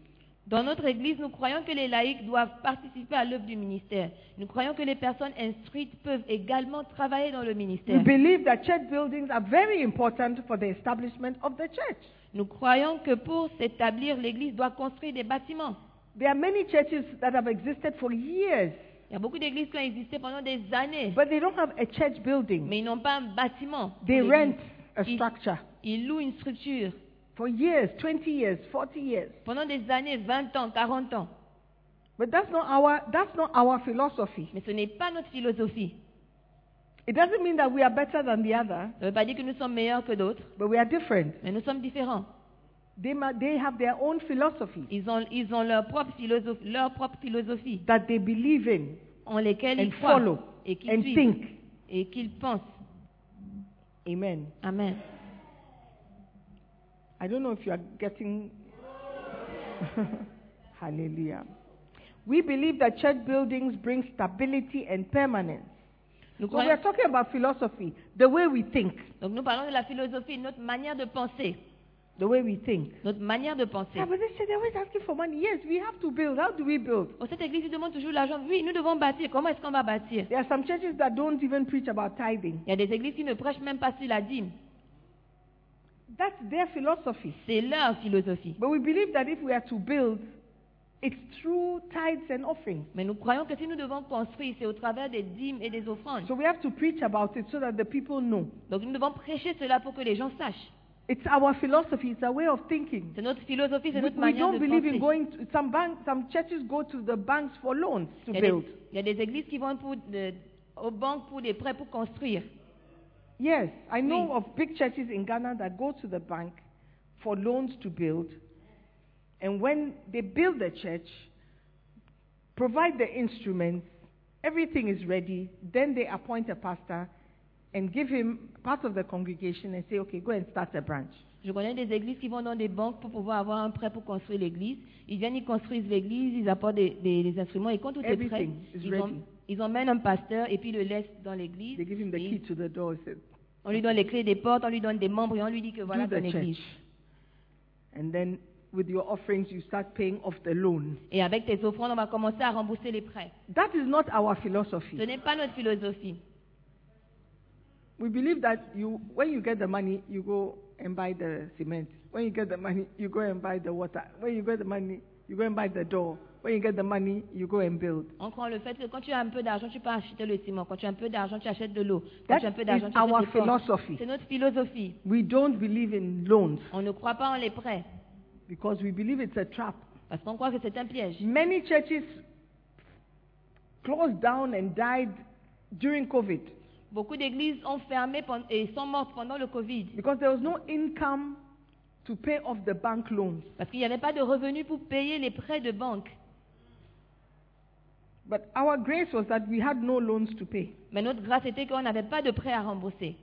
S3: Dans notre Église, nous croyons que les laïcs doivent participer à l'œuvre du ministère. Nous croyons que les personnes instruites peuvent également travailler dans le
S5: We
S3: ministère.
S5: believe that church buildings are very important for the establishment of the church.
S3: Nous croyons que pour s'établir, l'Église doit construire des bâtiments.
S5: There are many churches that have existed for years,
S3: Il y a beaucoup d'églises qui ont existé pendant des années,
S5: but they don't have a church building.
S3: mais ils n'ont pas un bâtiment. pour
S5: They
S3: l'église.
S5: rent a
S3: Ils-
S5: structure
S3: Ils louent une structure
S5: for years 20 years, 40 years.
S3: pendant des années, 20 ans, 40 ans.
S5: But that's not our, that's not our philosophy.
S3: Mais ce n'est pas notre philosophie.
S5: It doesn't mean that we are better than the other,
S3: Ça ne veut pas dire que nous sommes meilleurs que d'autres,
S5: but we are different.
S3: mais nous sommes différents.
S5: They, ma- they have their own philosophy
S3: Ils ont, ils ont leur, propre philosophie, leur propre philosophie
S5: that they believe in.
S3: en lesquelles
S5: And
S3: ils croient
S5: follow.
S3: et qu'ils
S5: And
S3: suivent
S5: think.
S3: et qu'ils pensent.
S5: Amen.
S3: Amen.
S5: I don't know if you are getting. Hallelujah. We believe that church buildings bring stability and permanence.
S3: Nous
S5: So we
S3: croyons-
S5: are talking about philosophy, the way we think,
S3: donc nous parlons de la philosophie, notre manière de penser.
S5: the way we think.
S3: Notre manière de penser.
S5: Yeah, but they said they're always asking for money. Yes, we have to build. How do we build?
S3: Oh, cette église, ils demandent toujours l'argent. Oui, nous devons bâtir. Comment est-ce qu'on va bâtir
S5: There are some churches that don't even preach about tithing.
S3: Il y a des églises qui ne prêchent même pas sur la dîme.
S5: That's their philosophy.
S3: C'est leur philosophie.
S5: But we believe that if we are to build, it's through tithes and offerings.
S3: Mais nous croyons que si nous devons construire, c'est au travers des dîmes et des offrandes.
S5: So we have to preach about it so that the people know.
S3: Donc nous devons prêcher cela pour que les gens sachent.
S5: It's our philosophy, it's our way of thinking.
S3: C'est notre philosophie,
S5: We,
S3: c'est notre
S5: we
S3: manière
S5: don't
S3: de
S5: believe
S3: penser.
S5: in going to some banks, some churches go to the banks for loans to
S3: Il y, a des,
S5: build.
S3: il y a des églises qui vont pour, de- aux banques pour des prêts pour construire.
S5: Yes, I know
S3: Oui.
S5: of big churches in Ghana that go to the bank for loans to build. And when they build the church, provide the instruments, everything is ready, then they appoint a pastor and give him part of the congregation and say, okay, go and start a branch.
S3: Je connais des églises qui vont dans des banques pour pouvoir avoir un prêt pour construire l'église. Ils viennent, ils construisent l'église, ils apportent des, des- des instruments, et quand tout est prêt,
S5: Everything is
S3: ils, en-
S5: ready.
S3: ils emmènent un pasteur et puis le laissent dans
S5: They
S3: l'église.
S5: give him the
S3: Et
S5: key to the door, says,
S3: On lui donne les clés des portes, on lui donne des membres et on lui dit que voilà
S5: do
S3: ton
S5: the
S3: église.
S5: church. And then with your offerings, you start paying off the loan.
S3: Et avec tes offrandes, on va commencer à rembourser les prêts.
S5: That is not our
S3: Ce
S5: philosophy.
S3: n'est pas notre philosophie.
S5: We believe that you, when you get the money, you go and buy the cement. When you get the money, you go and buy the water. When you get the money, you go and buy the door. When you get the money, you go and build.
S3: On croit en le fait que quand tu as un peu d'argent, tu peux acheter le ciment. Quand tu as un peu d'argent, tu achètes de l'eau. Quand
S5: That
S3: tu as un peu
S5: is
S3: d'argent, tu
S5: our
S3: achètes des portes.
S5: philosophy.
S3: C'est notre philosophie.
S5: We don't believe in loans
S3: On ne croit pas en les prêts
S5: because we believe it's a trap.
S3: parce qu'on croit que c'est un piège.
S5: Many churches closed down and died during COVID
S3: Beaucoup d'églises ont fermé pen- et sont mortes pendant le Covid
S5: because there was no income to pay off the bank loans.
S3: parce qu'il n'y avait pas de revenus pour payer les prêts de banque.
S5: But our grace was that we had no loans to pay.
S3: Mais notre grâce était qu'on n'avait pas de prêts à rembourser.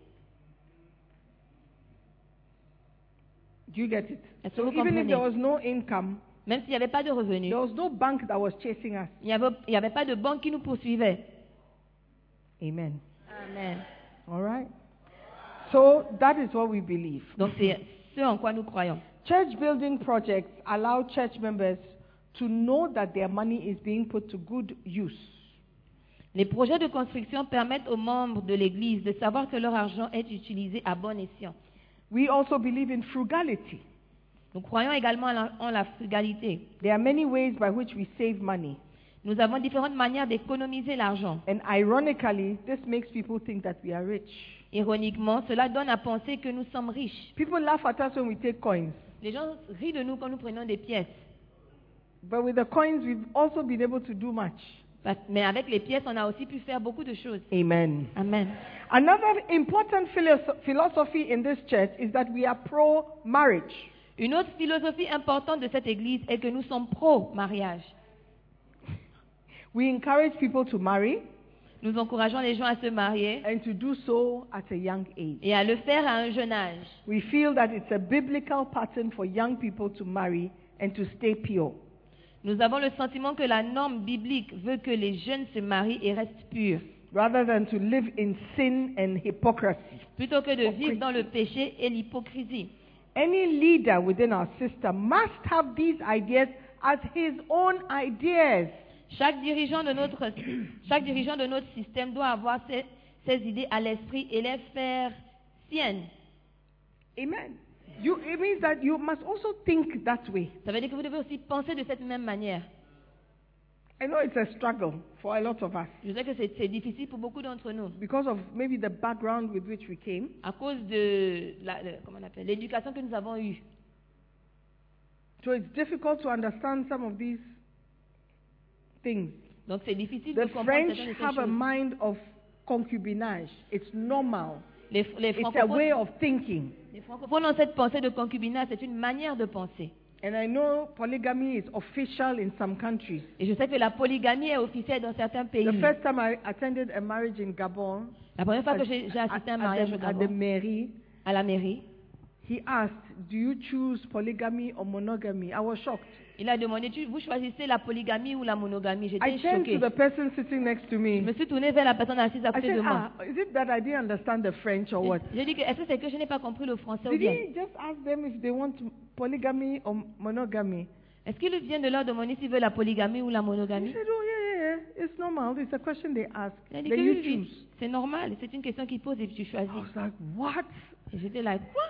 S5: Do you get it?
S3: Est-ce que
S5: So
S3: vous
S5: even if
S3: comprenez?
S5: there was no income,
S3: Même s'il n'y avait pas de revenus,
S5: There was no bank that was chasing us.
S3: il n'y avait, il n'y avait pas de banque qui nous poursuivait.
S5: Amen.
S3: Amen.
S5: All right? So that is what we believe.
S3: Donc c'est ce en quoi nous croyons.
S5: Church building projects allow church members to know that their money is being put to good use.
S3: Les projets de construction permettent aux membres de l'Église de savoir que leur argent est utilisé à bon escient.
S5: We also believe in frugality.
S3: Nous croyons également en la- en la frugalité.
S5: There are many ways by which we save money.
S3: Nous avons différentes manières d'économiser l'argent.
S5: And ironically, this makes people think that we are rich.
S3: Ironiquement, cela donne à penser que nous sommes riches.
S5: People laugh at us when we take coins.
S3: Les gens rient de nous quand nous prenons des pièces.
S5: But with the coins, we've also been able to do much.
S3: Parce- Mais avec les pièces, on a aussi pu faire beaucoup de choses.
S5: Amen.
S3: Amen.
S5: Another important philo- philosophy in this church is that we are pro marriage.
S3: Une autre philosophie importante de cette Église est que nous sommes pro-mariage.
S5: We encourage people to marry
S3: Nous encourageons les gens à se marier
S5: and to do so at a young age.
S3: et à le faire à un jeune âge.
S5: We feel that it's a biblical pattern for young people to marry and to stay pure.
S3: Nous avons le sentiment que la norme biblique veut que les jeunes se marient et restent purs,
S5: Rather than to live in sin and hypocrisy.
S3: plutôt que de vivre dans le péché et l'hypocrisie.
S5: Any leader within our system must have these ideas as his own ideas.
S3: Chaque dirigeant de notre, chaque dirigeant de notre système doit avoir ses, ses idées à l'esprit et les faire siennes.
S5: Amen. You, it means that you must also think that way.
S3: Ça veut dire que vous devez aussi penser de cette même manière.
S5: I know it's a struggle for a lot of us.
S3: Je sais que c'est c'est difficile pour beaucoup d'entre nous
S5: because of maybe the background with which we came,
S3: à cause de la- le- comment on appelle, l'éducation que nous avons eue.
S5: so it's difficult to understand some of these things.
S3: Donc c'est difficile de
S5: The
S3: comprendre
S5: French
S3: certaines de ces
S5: have a
S3: choses.
S5: mind of concubinage. It's normal.
S3: Les, les
S5: It's a way
S3: francophones,
S5: of thinking.
S3: les Les francophones ont cette pensée de concubinage, c'est une manière de penser.
S5: And I know polygamy is official in some countries.
S3: Et je sais que la polygamie est officielle dans certains pays.
S5: The first time I attended a marriage in Gabon,
S3: La première fois
S5: at,
S3: que j'ai j'ai
S5: at-
S3: assisté à un
S5: at
S3: mariage
S5: the-
S3: au
S5: at the
S3: Gabon,
S5: mairie,
S3: à la mairie,
S5: he asked, Do you choose polygamy or monogamy? I was shocked.
S3: il a demandé Tu- Vous choisissez la polygamie ou la monogamie
S5: I
S3: J'étais
S5: turned to
S3: choquée.
S5: the person sitting next
S3: Je
S5: to
S3: me
S5: me.
S3: suis tournée vers la personne assise à
S5: I
S3: côté
S5: said,
S3: de moi.
S5: ah, is it that I didn't understand the French or what?
S3: J'ai dit que, Est-ce que c'est que je n'ai pas compris le français ou
S5: Did
S3: bien
S5: he just ask them if they want polygamy or monogamy?
S3: Est-ce qu'il vient de leur demander s'ils veulent la polygamie ou la
S5: He
S3: monogamie
S5: said, oh, yeah, yeah, yeah. It's normal. It's a question they ask.
S3: Il a
S5: Then
S3: dit que oui,
S5: you
S3: oui,
S5: choose.
S3: c'est normal, c'est une question qu'ils posent et tu
S5: I was
S3: choisis.
S5: like, what?
S3: Et j'étais là, quoi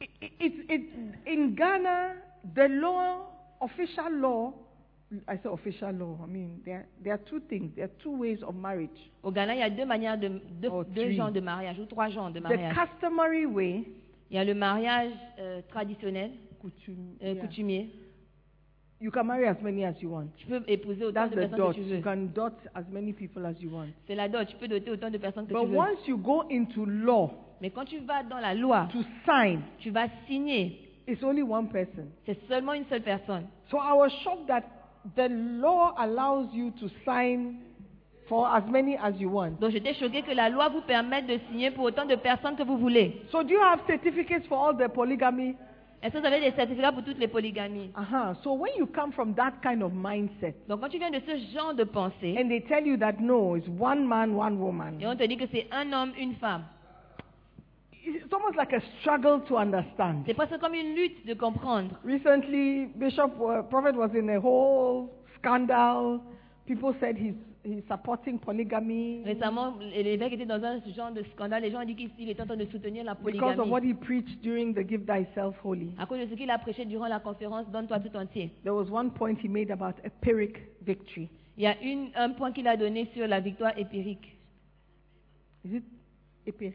S5: It, it, it, in Ghana, the law, official law, I say official law, I mean, there, there are two things, there are two ways of marriage.
S3: Au Ghana, il y a deux manières de deux,
S5: Oh,
S3: deux
S5: three.
S3: genres de mariage ou trois genres de
S5: The
S3: mariage.
S5: customary way,
S3: Il y a le mariage euh, traditionnel,
S5: coutume,
S3: euh,
S5: yeah.
S3: coutumier.
S5: you can marry as many as you want.
S3: Tu peux épouser autant
S5: That's
S3: de
S5: the
S3: personnes que
S5: dot.
S3: tu
S5: You
S3: veux.
S5: can dot as many people as you want.
S3: C'est la dot. Tu peux doter autant de personnes que
S5: But
S3: tu veux.
S5: once you go into law
S3: Mais quand tu vas dans la loi,
S5: to sign,
S3: tu vas signer.
S5: it's only one person.
S3: C'est seulement une seule personne.
S5: So I was shocked that the law allows you to sign for as many as you want.
S3: Donc j'étais choquée que la loi vous permette de signer pour autant de personnes que vous voulez.
S5: So do you have certificates for all the polygamy?
S3: Est-ce que vous avez des certificats pour toutes les polygamies
S5: Uh-huh. So when you come from that kind of mindset
S3: Donc quand tu viens de ce genre de pensée
S5: and they tell you that no, it's one man, one
S3: et on
S5: woman,
S3: te dit que c'est un homme, une femme,
S5: it's almost like a struggle to understand.
S3: c'est presque comme une lutte de comprendre.
S5: Recently, Bishop uh, Prophet was in a whole scandal. People said he's, he's supporting polygamy
S3: Récemment, l'évêque était dans un genre de scandale. Les gens ont dit qu'il il était en train de soutenir la
S5: because of what
S3: polygamie
S5: he preached during the Give Thyself Holy.
S3: à cause de ce qu'il a prêché durant la conférence Donne-toi tout entier.
S5: There was one point he made about a Pyrrhic victory.
S3: Il y a une- un point qu'il a donné sur la victoire épirique
S5: Is it Epir-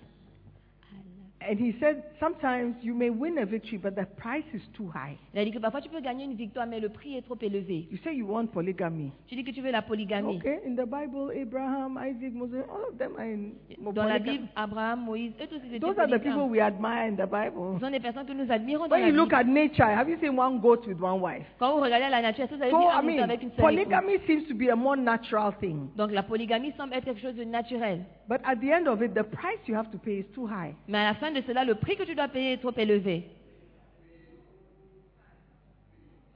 S5: And he said, sometimes you may win a victory, but the price is too high.
S3: Il a dit que parfois tu peux gagner une victoire, mais le prix est trop élevé.
S5: You say you want polygamy.
S3: Tu dis que tu veux la polygamie.
S5: Okay, in the Bible, Abraham, Isaac, Moses, all of them are in
S3: Dans la
S5: polygamy.
S3: Bible, Abraham, Moïse, eux tous ils étaient
S5: Those are the people
S3: polygames.
S5: we admire in the Bible.
S3: Ce sont des personnes que nous admirons dans
S5: When
S3: la
S5: you look
S3: Bible.
S5: at nature, have you seen one goat with one wife?
S3: Quand vous regardez la nature, est-ce que vous avez
S5: So,
S3: vu un
S5: I
S3: mouton
S5: mean,
S3: avec une seule épouse
S5: polygamy seems to be a more natural thing.
S3: Donc la polygamie semble être quelque chose de naturel.
S5: But at the end of it, the price you have to pay is too high.
S3: Mais à la fin de cela, le prix que tu dois payer est trop élevé.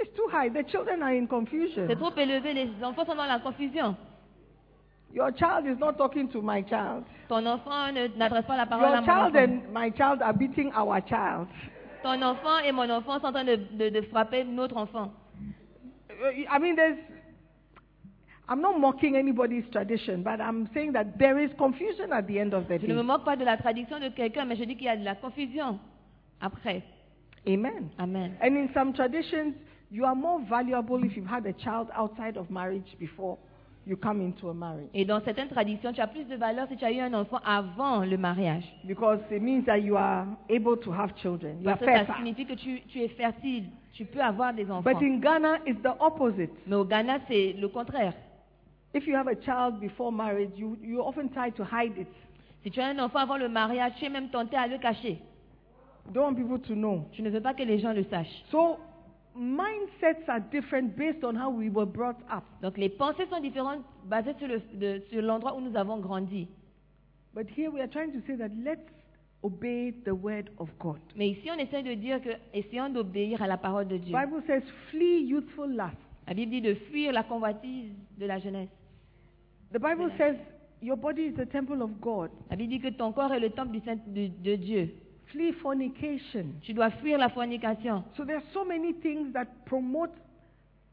S5: It's too high. The children are in
S3: C'est
S5: confusion.
S3: trop élevé, les enfants sont dans la confusion.
S5: Your child is not talking to my child.
S3: Ton enfant ne- n'adresse pas la parole à
S5: Your
S3: mon
S5: child
S3: enfant.
S5: and my child are beating our child.
S3: Ton enfant et mon enfant sont en train de, de- de frapper notre enfant.
S5: Uh, I mean, there's. I'm not mocking anybody's tradition, but I'm saying that there is confusion at the end of the
S3: Je ne me
S5: day.
S3: moque pas de la tradition de quelqu'un, mais je dis qu'il y a de la confusion après.
S5: Amen.
S3: Amen.
S5: And in some traditions, you are more valuable if you've had a child outside of marriage before you come into a marriage.
S3: Et dans certaines traditions, tu as plus de valeur si tu as eu un enfant avant le mariage.
S5: Because it means that you are able to have children. You are
S3: Parce que ça
S5: fertile.
S3: signifie que tu, tu es fertile, tu peux avoir des enfants.
S5: But in Ghana, it's the opposite.
S3: Mais au Ghana, c'est le contraire.
S5: If you have a child before marriage, you, you often try to hide it.
S3: Si tu as un enfant avant le mariage, tu es même tenté à le cacher.
S5: Don't want people to know.
S3: Je ne veux pas que les gens le sachent.
S5: So, mindsets are different based on how we were brought up.
S3: Donc les pensées sont différentes basées sur le- de- sur l'endroit où nous avons grandi.
S5: But here we are trying to say that let's obey the word of God.
S3: Mais ici, on essaie de dire que, essayons d'obéir à la parole de
S5: The
S3: Dieu.
S5: Bible says, flee youthful lust.
S3: La Bible dit de fuir la convoitise de la jeunesse.
S5: The Bible says, your body is the temple of God.
S3: La Bible dit que ton corps est le temple du Saint- de, de Dieu.
S5: Flee fornication.
S3: Tu dois fuir la fornication.
S5: So there are so many things that promote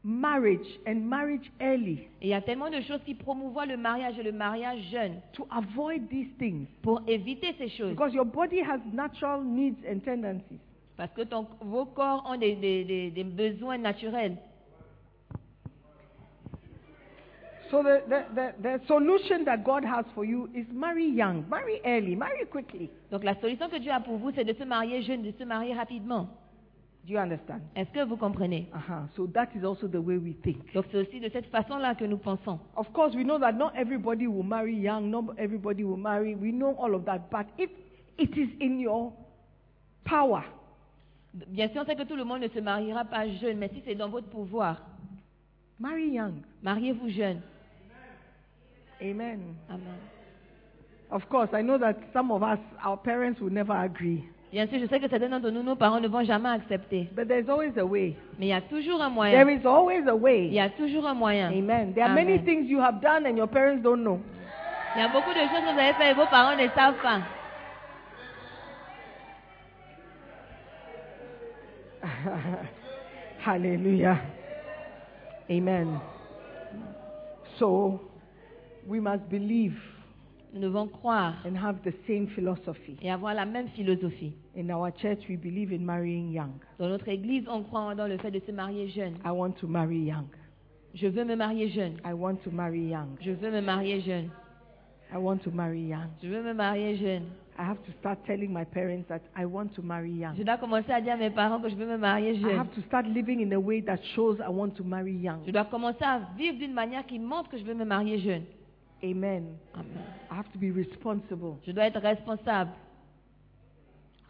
S5: marriage and marriage early
S3: Et il y a tellement de choses qui promouvoient le mariage et le mariage jeune
S5: to avoid these things
S3: pour éviter ces choses.
S5: because your body has natural needs and tendencies.
S3: Parce que ton- vos corps ont des, des- des- des besoins naturels.
S5: So the, the, the, the solution that God has for you is marry young, marry early, marry quickly.
S3: Donc la solution que Dieu a pour vous, c'est de se marier jeune, de se marier rapidement.
S5: Do you understand?
S3: Est-ce que vous comprenez
S5: Uh-huh. So that is also the way we think.
S3: Donc c'est aussi de cette façon-là que nous pensons.
S5: Of course, we know that not everybody will marry young, not everybody will marry. We know all of that. But if it is in your power,
S3: Bien sûr, on sait que tout le monde ne se mariera pas jeune, mais si c'est dans votre pouvoir,
S5: marry young.
S3: mariez-vous jeune.
S5: Amen.
S3: Amen.
S5: Of course, I know that some of us, our parents will never agree.
S3: Bien sûr, je sais que certains d'entre nous, nos parents ne vont jamais accepter.
S5: But there's always a way.
S3: Mais il y a toujours un
S5: There
S3: moyen.
S5: is always a
S3: Il y
S5: way.
S3: a toujours un moyen.
S5: Amen. There are many
S3: Amen.
S5: things you have done and your parents don't know.
S3: Il y a beaucoup de choses que vous avez faites et vos parents ne savent pas.
S5: Hallelujah. Amen. So, we must believe
S3: Nous devons croire
S5: and have the same philosophy.
S3: et avoir la même philosophie.
S5: In our church, we believe in marrying young.
S3: Dans notre église, on croit dans le fait de se marier jeune.
S5: I want to marry young.
S3: Je veux me marier jeune.
S5: I want to marry young.
S3: Je veux me marier jeune.
S5: I want to marry young.
S3: Je veux me marier jeune.
S5: I have to start telling my parents that I want to marry
S3: Je
S5: young.
S3: dois commencer à dire à mes parents que je veux me marier
S5: I
S3: jeune.
S5: have to start living in a way that shows I want to marry
S3: Je
S5: young.
S3: dois commencer à vivre d'une manière qui montre que je veux me marier jeune.
S5: Amen.
S3: Amen.
S5: I have to be responsible.
S3: Je dois être responsable.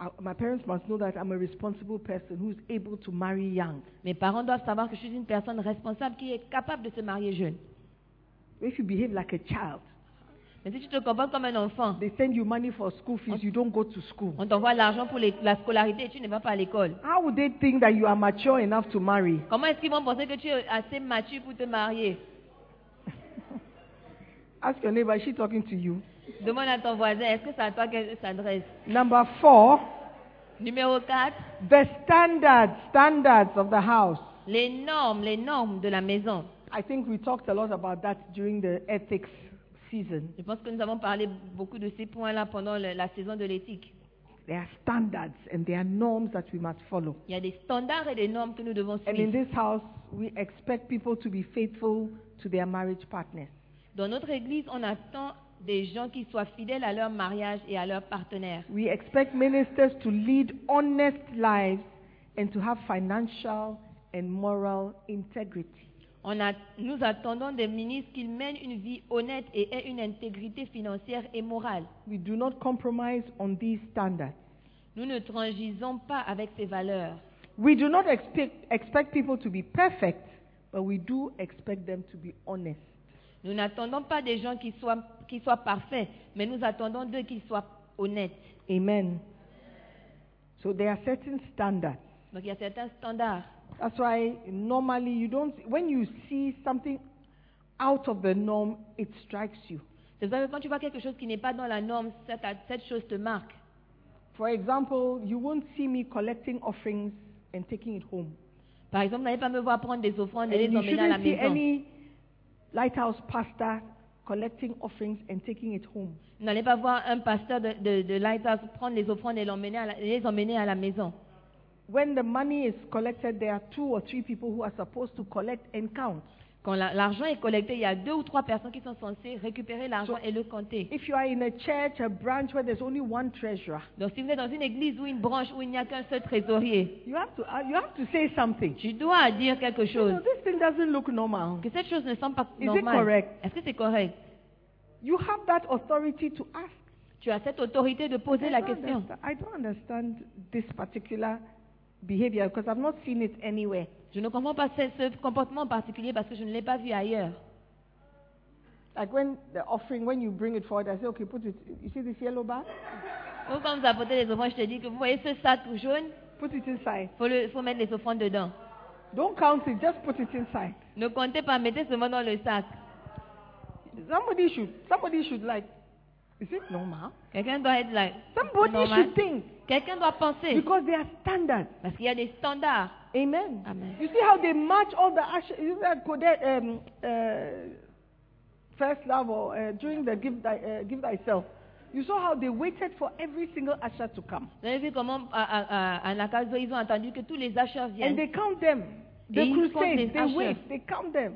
S5: I- my parents must know that I'm a responsible person who's able to marry young.
S3: Mes parents doivent savoir que je suis une personne responsable qui est capable de se marier jeune.
S5: If you behave like a child,
S3: Mais si tu te comportes comme un enfant,
S5: they send you money for school fees, you don't go to school.
S3: on t'envoie l'argent pour les- la scolarité et tu ne vas pas à l'école.
S5: How would they think that you are mature enough to marry?
S3: Comment est-ce qu'ils vont penser que tu es assez mature pour te marier
S5: Ask your neighbor, is she talking to you?
S3: Demande à ton voisin, est-ce que c'est à toi qu'elle s'adresse
S5: Number four,
S3: Numéro 4,
S5: the standards, standards of the house.
S3: les normes, les normes de la maison.
S5: I think we talked a lot about that during the ethics season.
S3: Je pense que nous avons parlé beaucoup de ces points-là pendant le- la saison de l'éthique.
S5: There are standards and there are norms that we must follow.
S3: Il y a des standards et des normes que nous devons
S5: And in
S3: suivre.
S5: this house, we expect people to be faithful to their marriage partners.
S3: Dans notre église, on attend des gens qui soient fidèles à leur mariage et à leur partenaire.
S5: We expect ministers to lead honest lives and to have financial and moral integrity.
S3: On a- nous attendons des ministres qu'ils mènent une vie honnête et aient une intégrité financière et morale.
S5: We do not compromise on these standards.
S3: Nous ne transigeons pas avec ces valeurs.
S5: We do not expect, expect people to be perfect, but we do expect them to be honest.
S3: Nous n'attendons pas des gens qui soient, qui soient parfaits, mais nous attendons d'eux qu'ils soient honnêtes.
S5: Amen. So there are certain standards.
S3: Donc il y a certains standards.
S5: That's why normally you don't, when you see something out of the norm, it strikes you.
S3: C'est pour ça que quand tu vois quelque chose qui n'est pas dans la norme, cette, cette chose te marque.
S5: For example, you won't see me collecting offerings and taking it home.
S3: Par exemple, vous n'allez pas me voir prendre des offrandes et
S5: And
S3: les
S5: you
S3: emmener à la
S5: shouldn't see
S3: maison.
S5: any lighthouse pastor collecting offerings and taking it home.
S3: Vous n'allez pas voir un pasteur de, de, de Lighthouse prendre les offrandes et l'emmener à la- et les emmener à la maison.
S5: When the money is collected, there are two or three people who are supposed to collect and count.
S3: Quand la- l'argent est collecté, il y a deux ou trois personnes qui sont censées récupérer l'argent
S5: So-
S3: et le compter.
S5: If you are in a church, a branch where there's only one treasurer,
S3: Donc si vous êtes dans une église ou une branche où il n'y a qu'un seul trésorier,
S5: you have to, uh, you have to say something.
S3: tu dois dire quelque
S5: You
S3: chose.
S5: know, this thing doesn't look normal.
S3: Que cette chose ne semble pas
S5: it
S3: normale.
S5: correct?
S3: Est-ce que c'est correct
S5: You have that authority to ask.
S3: Tu as cette autorité de poser
S5: I
S3: la
S5: don't
S3: question.
S5: understand- I don't understand this particular behavior because I've not seen it anywhere.
S3: Je ne comprends pas ce, ce comportement en particulier parce que je ne l'ai pas vu ailleurs.
S5: Like when the offering, when you bring it forward, I say, okay, put it, you see this yellow bag?
S3: Donc, quand vous apportez les offrandes, je te dis que vous voyez ce sac jaune,
S5: Put it inside.
S3: faut le, faut mettre les offrandes dedans.
S5: Don't count it, just put it inside.
S3: Ne comptez pas, mettez seulement dans le sac.
S5: Somebody should, somebody should like, is it normal?
S3: Quelqu'un doit être là.
S5: Somebody
S3: Normal.
S5: should think
S3: Quelqu'un doit penser
S5: because there are standards.
S3: parce qu'il y a des standards.
S5: Amen.
S3: Amen.
S5: You see how they match all the ashes. You that could um, uh, first love or uh, during the give, thy, uh, give thyself. You saw how they waited for every single usher to come,
S3: Vous avez vu comment à, à, à- à Nakazo, ils ont attendu que tous les achats
S5: and
S3: viennent.
S5: they count them. They
S3: Et ils comptent les
S5: crusade. They
S3: ushers.
S5: wait. They count them.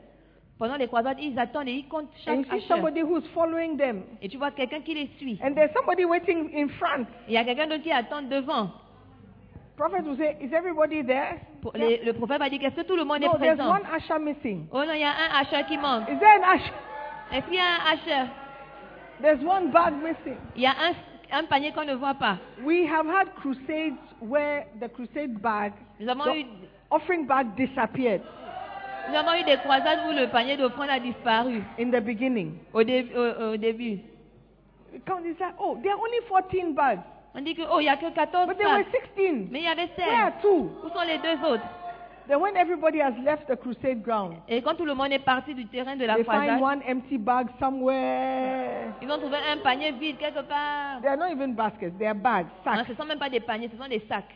S3: Pendant les croisades, ils attendent et ils comptent
S5: And you
S3: chaque
S5: see
S3: achat.
S5: somebody who's following them,
S3: Et tu vois quelqu'un qui les suit.
S5: and there's somebody waiting in front.
S3: Il y a quelqu'un d'autre qui attend devant.
S5: Prophet will say, Is everybody there?
S3: Pour- les- le prophète va dire qu'est-ce que tout le monde
S5: No,
S3: est
S5: there's
S3: présent
S5: one usher missing.
S3: Oh non, il y a un hacher qui manque.
S5: Is there an usher?
S3: Est-ce qu'il y a un hacher
S5: There's one bag missing.
S3: Il y a un, un panier qu'on ne voit pas.
S5: We have had crusades where the crusade bag,
S3: Nous avons,
S5: the
S3: eu,
S5: offering bag disappeared
S3: nous avons eu des croisades où le panier d'offrande a disparu
S5: in the beginning.
S3: au, dé- au- au début.
S5: We count this out. Oh, there are only 14 bags.
S3: On dit que, oh, il n'y a que 14
S5: But there were
S3: sacs.
S5: 16.
S3: Mais il y avait 16.
S5: Where are two?
S3: Où sont les deux autres
S5: Then when everybody has left the crusade ground,
S3: Et quand tout le monde est parti du terrain de la
S5: they find
S3: croisade,
S5: one empty bag somewhere.
S3: ils ont trouvé un panier vide quelque part.
S5: They are not even baskets, they are bags,
S3: Non,
S5: sacks.
S3: ce ne sont même pas des paniers, ce sont des sacs.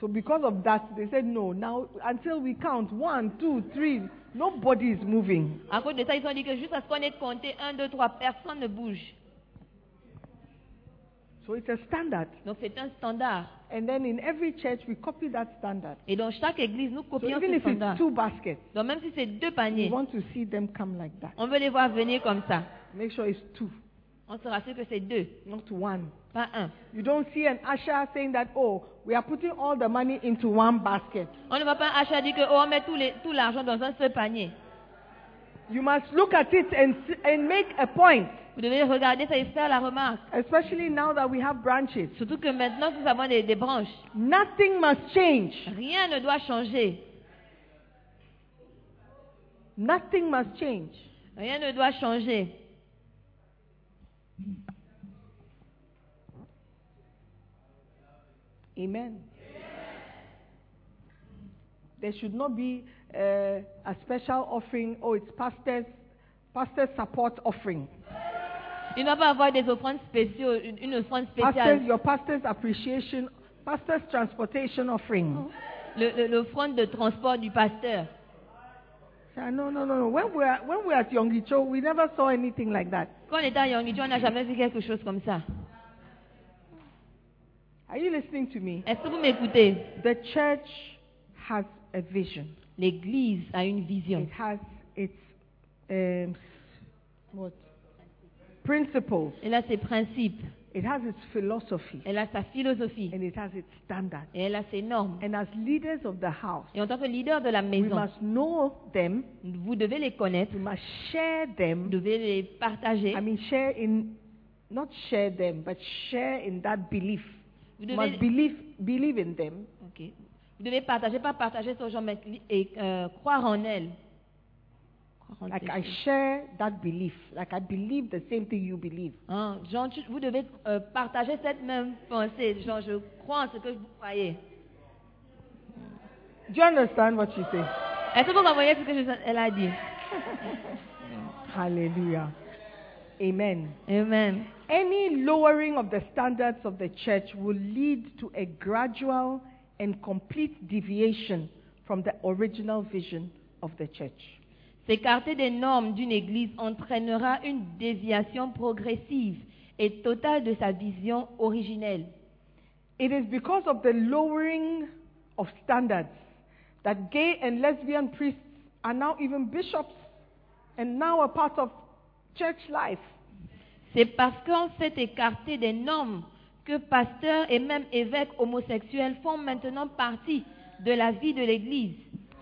S5: So because of that, they said no. Now until we count one, two, three, nobody is moving.
S3: À cause de ça, ils ont dit que juste à ce qu'on ait compté 1, 2, 3, personne ne bouge.
S5: So it's a standard.
S3: Donc c'est un standard.
S5: And then in every church we copy that standard.
S3: Et dans chaque église, nous
S5: So
S3: copions
S5: even
S3: ce
S5: if
S3: standard.
S5: it's two baskets,
S3: Donc même si c'est deux
S5: we
S3: paniers,
S5: want to see them come like that.
S3: on veut les voir venir comme ça.
S5: Make sure it's two,
S3: On se rassure que c'est deux,
S5: not one.
S3: pas un.
S5: You don't see an usher saying that, oh, we are putting all the money into one basket.
S3: On ne va pas acheter dire que oh, on met tout, les- tout l'argent dans un seul panier.
S5: You must look at it and, s- and make a point,
S3: Vous devez regarder ça et faire la remarque.
S5: especially now that we have branches.
S3: Surtout que maintenant que nous avons des, des branches,
S5: Nothing must change.
S3: rien ne doit changer.
S5: Nothing must change.
S3: Rien ne doit changer.
S5: Amen. There should not be uh, a special offering. Oh, it's pastor's, pastor's support offering.
S3: Il ne va pas avoir des offrandes spéciaux, une, une offrande
S5: Pastor's,
S3: spéciale,
S5: your pastor's appreciation, pastor's transportation offering.
S3: Le- le- l'offrande de transport du pasteur.
S5: Ah, No, no, no, no. When we are when we were at Yongicho, we never saw anything like that.
S3: Quand on était à Yongichi, on n'a jamais vu quelque chose comme ça.
S5: Are you listening to me?
S3: Est-ce que vous m'écoutez
S5: The church has a vision.
S3: L'Église a une vision.
S5: It has its um, what principles.
S3: Elle a ses principes,
S5: It has its philosophy.
S3: elle a sa philosophie,
S5: and it has its standards.
S3: et elle a ses normes.
S5: And as leaders of the house,
S3: Et en tant que leader de la
S5: we
S3: maison,
S5: must know them,
S3: vous devez les connaître,
S5: we must share
S3: vous
S5: them.
S3: devez les partager,
S5: I mean, share in, not share them, but share in that belief.
S3: vous
S5: You
S3: devez,
S5: must believe, believe in them.
S3: Ok. Vous devez partager, pas partager ce genre, mais et, euh, croire en elle. Croire en
S5: Like
S3: ces
S5: I
S3: choses.
S5: share that belief. Like I believe the same thing you believe.
S3: Hein, Jean, tu- vous devez euh, partager cette même pensée. Genre, je crois en ce que vous croyez.
S5: Do you understand what she says?
S3: Est-ce que vous comprenez ce que je- elle a dit?
S5: Hallelujah. Amen.
S3: Amen.
S5: Any lowering of the standards of the church will lead to a gradual and complete deviation from the original vision of the church.
S3: S'écarter des normes d'une église entraînera une déviation progressive et totale de sa vision originelle.
S5: It is because of the lowering of standards that gay and lesbian priests are now even bishops and now a part of church life.
S3: C'est parce qu'on s'est écarté des normes que pasteurs et même évêques homosexuels font maintenant partie de la vie de l'église.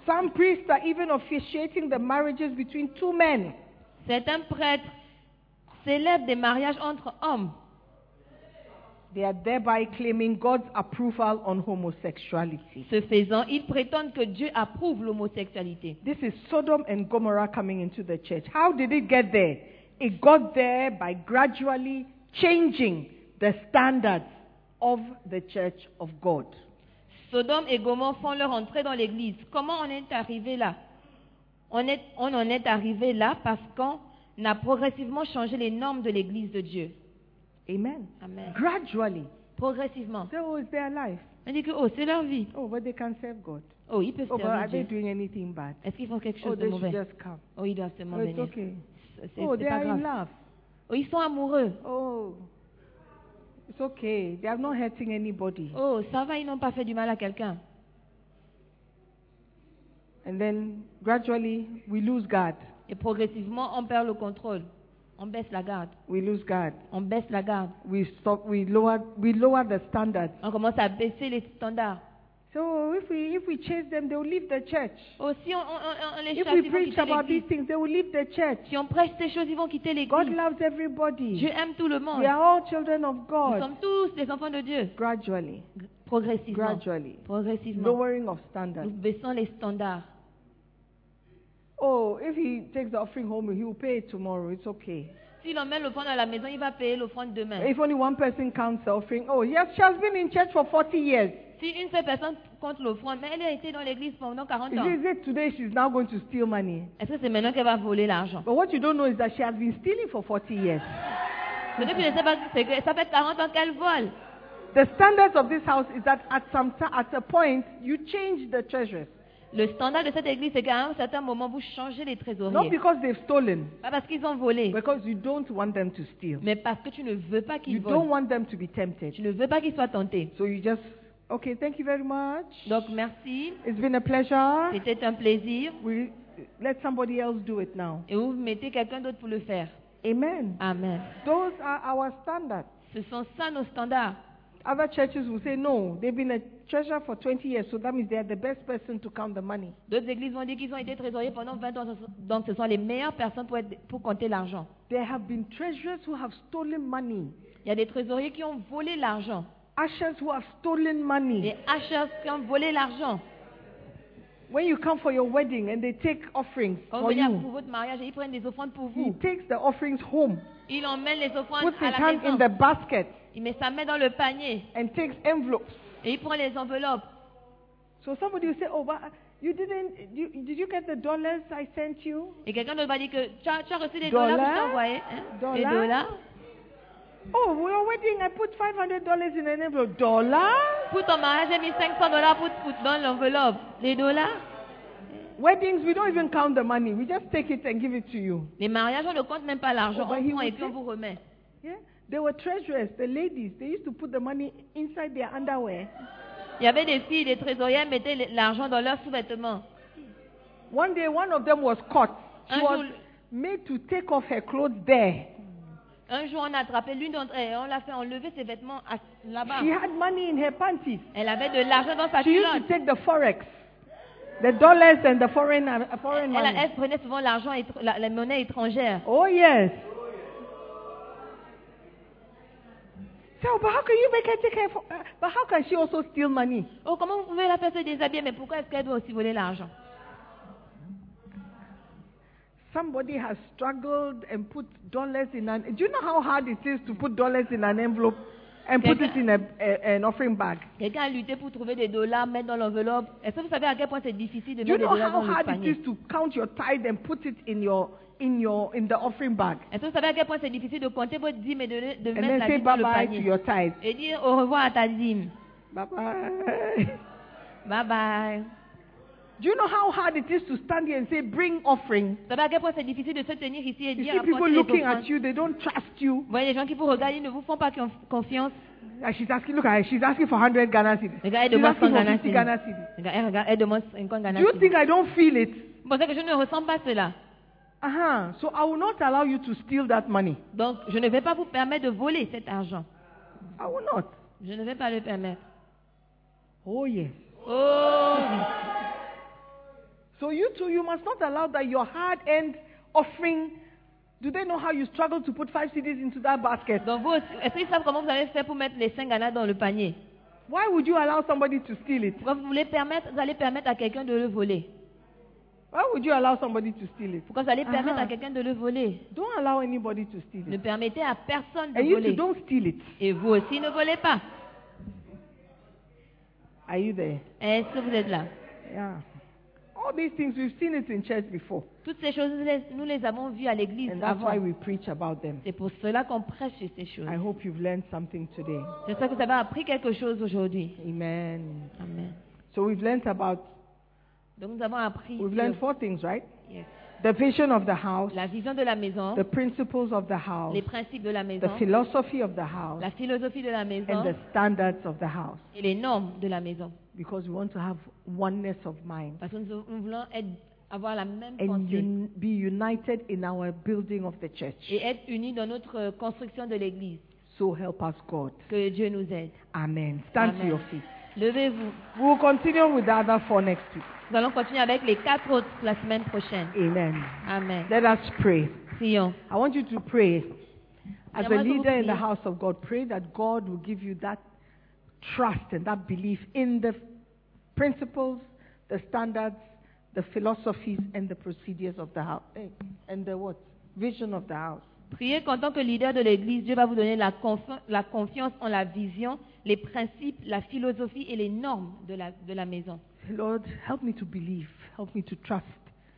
S5: Some priests are even officiating the marriages between two men.
S3: Certains prêtres célèbrent des mariages entre hommes.
S5: They are thereby claiming God's approval on homosexuality.
S3: Ce faisant, ils prétendent que Dieu approuve l'homosexualité.
S5: This is Sodom and Gomorrah coming into the church. How did it get there? It got there by gradually changing the standards of the church of God.
S3: Sodome et Gomorre font leur entrée dans l'église. Comment on est arrivé là on, est- on en est arrivé là parce qu'on a progressivement changé les normes de l'église de Dieu.
S5: Amen.
S3: Amen.
S5: Gradually.
S3: Progressivement.
S5: So oh, it's their life.
S3: On dit que, oh, c'est leur vie.
S5: Oh, but they can serve God.
S3: Oh, ils peuvent
S5: Oh, but
S3: servir
S5: are they
S3: Dieu.
S5: doing anything bad?
S3: Est-ce qu'ils font quelque
S5: Oh,
S3: chose de
S5: they
S3: mauvais
S5: should just come.
S3: Oh, ils doivent seulement
S5: Oh, it's
S3: venir.
S5: okay.
S3: C'est c'est
S5: Oh, they
S3: pas
S5: are in
S3: grave.
S5: love.
S3: Oh, ils sont amoureux.
S5: Oh, it's okay. They are not hurting anybody.
S3: Oh, ça va, ils n'ont pas fait du mal à quelqu'un.
S5: And then gradually we lose God.
S3: Et progressivement, on perd le contrôle. On baisse la garde.
S5: We lose guard.
S3: On baisse la garde.
S5: We stop. We lower. We lower the standards.
S3: On commence à baisser les standards.
S5: So if we if we chase them, they will leave the church.
S3: Aussi, Oh, on, on- on- on les
S5: If
S3: chasse,
S5: we
S3: ils vont
S5: preach
S3: quitter
S5: about these
S3: l'église.
S5: things, they will leave the church.
S3: Si on prêche ces choses, ils vont quitter
S5: God
S3: l'église.
S5: loves everybody.
S3: Dieu aime tout le monde.
S5: We are all children of
S3: Nous
S5: God.
S3: sommes tous des enfants de Dieu.
S5: Gradually,
S3: G- Progressivement.
S5: gradually,
S3: Progressivement.
S5: lowering of
S3: Nous
S5: standards.
S3: baissons les standards.
S5: Oh, if he takes the offering home, he will pay it tomorrow. It's okay.
S3: S'il emmène l'offrande à la maison, il va payer l'offrande demain.
S5: If only one person counts the offering, oh yes, she has been in church for 40 years.
S3: Si une seule personne compte l'offrande, mais elle a été dans l'église pendant 40
S5: Is
S3: ans,
S5: it- is it today she's now going to steal money?
S3: est-ce que c'est maintenant qu'elle va voler l'argent
S5: But what you don't know is that she has been stealing for 40 years.
S3: Ce que tu ne sais pas, c'est que ça fait 40 ans qu'elle vole.
S5: The standards of this house is that at some ti- at a point you change the treasures,
S3: Le standard de cette église, c'est qu'à un certain moment, vous changez les
S5: not
S3: trésoriers.
S5: because they've stolen,
S3: Pas parce qu'ils ont volé,
S5: because you don't want them to steal.
S3: mais parce que tu ne veux pas
S5: You
S3: qu'ils
S5: don't
S3: volent.
S5: want them to be
S3: Tu
S5: tempted.
S3: ne veux pas qu'ils soient tentés.
S5: So you just okay. Thank you very much.
S3: Donc, merci.
S5: It's been a pleasure.
S3: C'était un plaisir.
S5: We let somebody else do it now.
S3: Et vous mettez quelqu'un d'autre pour le faire.
S5: Amen.
S3: Amen.
S5: Those are our standards.
S3: Ce sont ça nos standards.
S5: Other churches will say, no, they've been a treasurer for 20 years, so that means they are the best person to count the money.
S3: D'autres églises vont dire qu'ils ont été trésoriers pendant 20 ans. Donc, ce sont les meilleures personnes pour, être- pour compter l'argent.
S5: There have been treasurers who have stolen money,
S3: Il y a des trésoriers qui ont volé l'argent.
S5: ushers who have stolen
S3: Des
S5: money.
S3: hacheurs qui ont volé l'argent.
S5: When you come for your wedding and they take offerings
S3: Quand vous
S5: for
S3: venez à-
S5: you,
S3: pour votre mariage et ils prennent des offrandes pour
S5: he
S3: vous.
S5: takes the offerings home,
S3: Il emmène les offrandes
S5: puts
S3: à
S5: his
S3: la
S5: hand
S3: maison.
S5: in the basket,
S3: Il met sa main dans le panier
S5: and takes envelopes.
S3: et il prend les enveloppes.
S5: So somebody will say, oh, but you didn't, you, did you get the dollars I sent you?
S3: Et quelqu'un d'autre va dire que tu as, tu as reçu des
S5: Dollars,
S3: dollars que je t'ai envoyés, hein,
S5: dollars.
S3: Des dollars.
S5: Oh, for your wedding, I put $500 in an envelope. Dollars?
S3: Pour ton mariage, j'ai mis 500 dollars pour, pour- dans l'enveloppe. Les dollars.
S5: Weddings, we don't even count the money. We just take it and give it to you.
S3: Les mariages, on ne compte même pas l'argent.
S5: Oh, bah,
S3: on
S5: il
S3: prend
S5: vous
S3: et puis
S5: fait.
S3: on vous remet.
S5: Yeah? They were treasurers, the ladies. They used to put the money inside their underwear.
S3: Il y avait des filles, des trésorières mettaient le- l'argent dans leurs sous-vêtements.
S5: One day, one of them was caught. She
S3: Un
S5: was
S3: jour-
S5: made to take off her clothes there.
S3: Un jour, on a attrapé l'une d'entre elles et on l'a fait enlever ses vêtements à- là-bas.
S5: She had money in her panties.
S3: Elle avait de l'argent dans sa
S5: She used to
S3: culotte.
S5: take the forex, the dollars and the foreign, uh, foreign
S3: Elle,
S5: money.
S3: elle prenait souvent l'argent, étr- la, la monnaie étrangère.
S5: Oh, yes. So, but how can you make her take her? fo- uh, but how can she also steal money?
S3: Oh, comment vous pouvez la faire se déshabiller Mais pourquoi est-ce qu'elle doit aussi voler l'argent
S5: Somebody has struggled and put dollars in an. Do you know how hard it is to put dollars in an envelope and put it in a, a- an offering bag?
S3: Quelqu'un a lutté pour trouver des dollars, mettre dans l'enveloppe. Est-ce que vous savez à quel point c'est difficile de
S5: Do you
S3: mettre des
S5: know
S3: dollars
S5: how
S3: dans le
S5: hard it
S3: panier
S5: is to count your tithe and put it in your in your in the offering bag
S3: Est-ce que vous savez à quel point c'est difficile de compter votre dîme et de, de mettre
S5: and then
S3: la
S5: say
S3: dîme dans
S5: bye
S3: le
S5: bye to
S3: panier
S5: your tithe?
S3: Et dire au revoir à ta dîme.
S5: Bye bye.
S3: Bye bye.
S5: Do you know how hard it is to stand here and say bring offering?
S3: Vous savez à quel point c'est difficile de se tenir ici et
S5: You
S3: dire
S5: see
S3: à
S5: people
S3: porter les
S5: looking at
S3: offrandes.
S5: you, they don't trust you.
S3: Vous voyez, les gens qui vous regardent, ils ne vous font pas conf- confiance.
S5: And she's asking, look at her, she's asking for 100 Ghana cedis. She's
S3: Regarde, demande 100
S5: asking for
S3: Ghana
S5: 50
S3: cedis.
S5: Ghana cedis.
S3: Regarde, elle, regarde, elle demande 50 Ghana
S5: Do you
S3: cedis.
S5: think I don't feel it?
S3: C'est pour ça que je ne ressens pas cela.
S5: Uh-huh. So I will not allow you to steal that money.
S3: Donc, je ne vais pas vous permettre de voler cet argent.
S5: I will not.
S3: Je ne vais pas le permettre.
S5: Oh yes.
S3: Oh oui.
S5: So you too, you must not allow that your hard-earned offering. Do they know how you struggle to put five CDs into that basket?
S3: Donc, vous aussi, est-ce qu'ils savent comment vous avez fait pour mettre les 5 Ghana dans le panier
S5: Why would you allow somebody to steal it?
S3: Pourquoi vous voulez permettre, vous allez permettre à quelqu'un de le voler
S5: Why would you allow somebody to steal it?
S3: Pourquoi vous allez permettre
S5: Ah.
S3: à quelqu'un de le voler
S5: Don't allow anybody to steal
S3: Ne
S5: it.
S3: permettez à personne de
S5: And you too,
S3: voler.
S5: don't steal it.
S3: Et vous aussi, ne volez pas.
S5: Are you there?
S3: Est-ce que vous êtes là
S5: Yeah. All these things we've seen it in church before,
S3: Toutes ces choses, nous les- nous les avons vues à l'église
S5: and that's why
S3: avant.
S5: we preach about them.
S3: C'est pour cela qu'on prêche sur ces choses.
S5: I hope you've learned something today.
S3: J'espère que vous avez appris quelque chose aujourd'hui.
S5: Amen.
S3: Amen.
S5: So we've learned about
S3: Donc nous avons appris
S5: we've
S3: sur-
S5: learned four things, right?
S3: Yes.
S5: The vision of the house,
S3: la vision de la maison,
S5: the principles of the house,
S3: les principes de la
S5: the
S3: maison,
S5: philosophy of the house,
S3: la philosophie de la
S5: and the
S3: maison
S5: standards of the house.
S3: et les normes de la maison.
S5: Because we want to have oneness of mind.
S3: Parce que nous, nous voulons être- avoir la même
S5: and
S3: pensée
S5: un- be united in our building of the church.
S3: et être unis dans notre euh, construction de l'Église.
S5: So help us, God.
S3: Que Dieu nous aide.
S5: Amen. Stand to
S3: Amen.
S5: your feet.
S3: Levez-vous.
S5: We will continue with the other four next week.
S3: Nous allons continuer avec les quatre autres la semaine prochaine.
S5: Amen.
S3: Amen.
S5: Let us pray.
S3: Prions.
S5: I want you to pray. As a
S3: J'aimerais que vous
S5: leader in the
S3: priez.
S5: house of God, pray that God will give you that trust and that belief in the principles, the standards, the philosophies, and the procedures of the house. eh, And the what? Vision of the house.
S3: Priez qu'en tant que leader de l'Église, Dieu va vous donner la, confi- la confiance en la vision, les principes, la philosophie et les normes de la, de la maison.
S5: Lord, help me to believe. Help me to trust.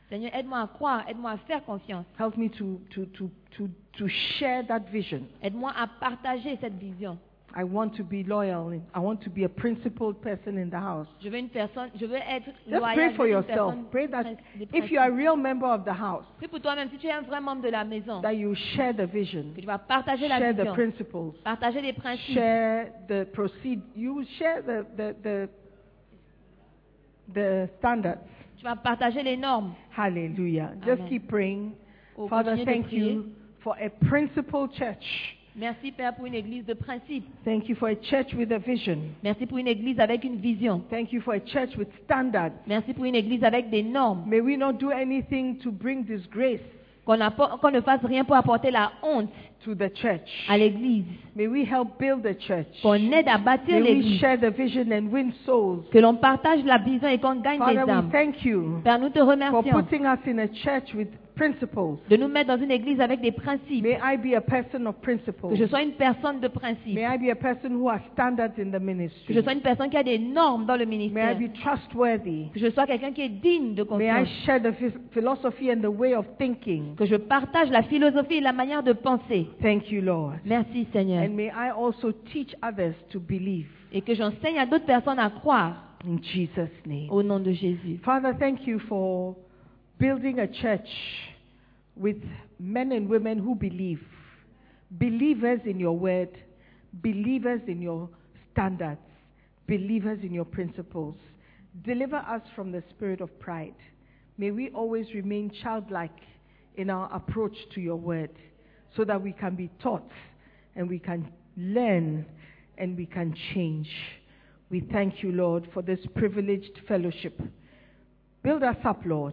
S3: Seigneur, aide-moi à croire, aide-moi à faire confiance,
S5: Help me to, to, to, to, to share that vision.
S3: aide-moi à partager cette vision.
S5: I want to be loyal. I want to be a principled person in the house.
S3: Je veux une personne, je veux être
S5: Just
S3: loyal.
S5: pray for
S3: je veux une
S5: yourself.
S3: personne
S5: Pray that
S3: prin- des
S5: if you are a
S3: principes.
S5: real member of the house,
S3: Prie pour toi-même si tu es un vrai membre de la maison,
S5: that you share the
S3: que
S5: vision,
S3: tu vas partager la
S5: share the
S3: vision,
S5: principles,
S3: partager les principes,
S5: share the proceed. You will share the the the, the standards.
S3: tu vas partager les normes.
S5: Hallelujah. Just
S3: Amen.
S5: keep praying.
S3: Oh,
S5: Father,
S3: continuez de
S5: thank you for a principled church.
S3: Merci Père pour une église de principes.
S5: Thank you for a church with a vision.
S3: Merci pour une église avec une vision.
S5: Thank you for a church with standards.
S3: Merci pour une église avec des normes.
S5: May we not do anything to bring disgrace
S3: Qu'on appo- qu'on ne fasse rien pour apporter la honte
S5: to the church.
S3: à l'église.
S5: May we help build the church.
S3: Qu'on aide à bâtir
S5: May we
S3: l'église.
S5: share the vision and win souls.
S3: Que l'on partage la vision et qu'on gagne
S5: Father,
S3: des
S5: we
S3: âmes.
S5: thank you
S3: Père, nous te
S5: for
S3: remercions
S5: putting us in a church with principles.
S3: de nous mettre dans une église avec des principes.
S5: May I be a person of
S3: Que
S5: principles.
S3: je sois une personne de principe.
S5: May I be a person who has standards in the
S3: Que je
S5: ministry.
S3: sois une personne qui a des normes dans le
S5: May I
S3: ministère.
S5: be trustworthy.
S3: Que je sois quelqu'un qui est digne de
S5: May I
S3: confiance.
S5: share the phis- philosophy and the way of thinking.
S3: Que je partage la philosophie et la manière de penser.
S5: Thank you, Lord.
S3: Merci Seigneur.
S5: And may I also teach others to believe
S3: Et que j'enseigne à d'autres personnes à croire
S5: in Jesus' name.
S3: au nom de Jésus.
S5: Father, thank you for building a church with men and women who believe. Believers in your word, believers in your standards, believers in your principles. Deliver us from the spirit of pride. May we always remain childlike in our approach to your word so that we can be taught and we can learn and we can change. We thank you, Lord, for this privileged fellowship. Build us up, Lord,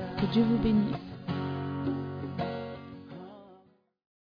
S6: Que Dieu vous bénisse.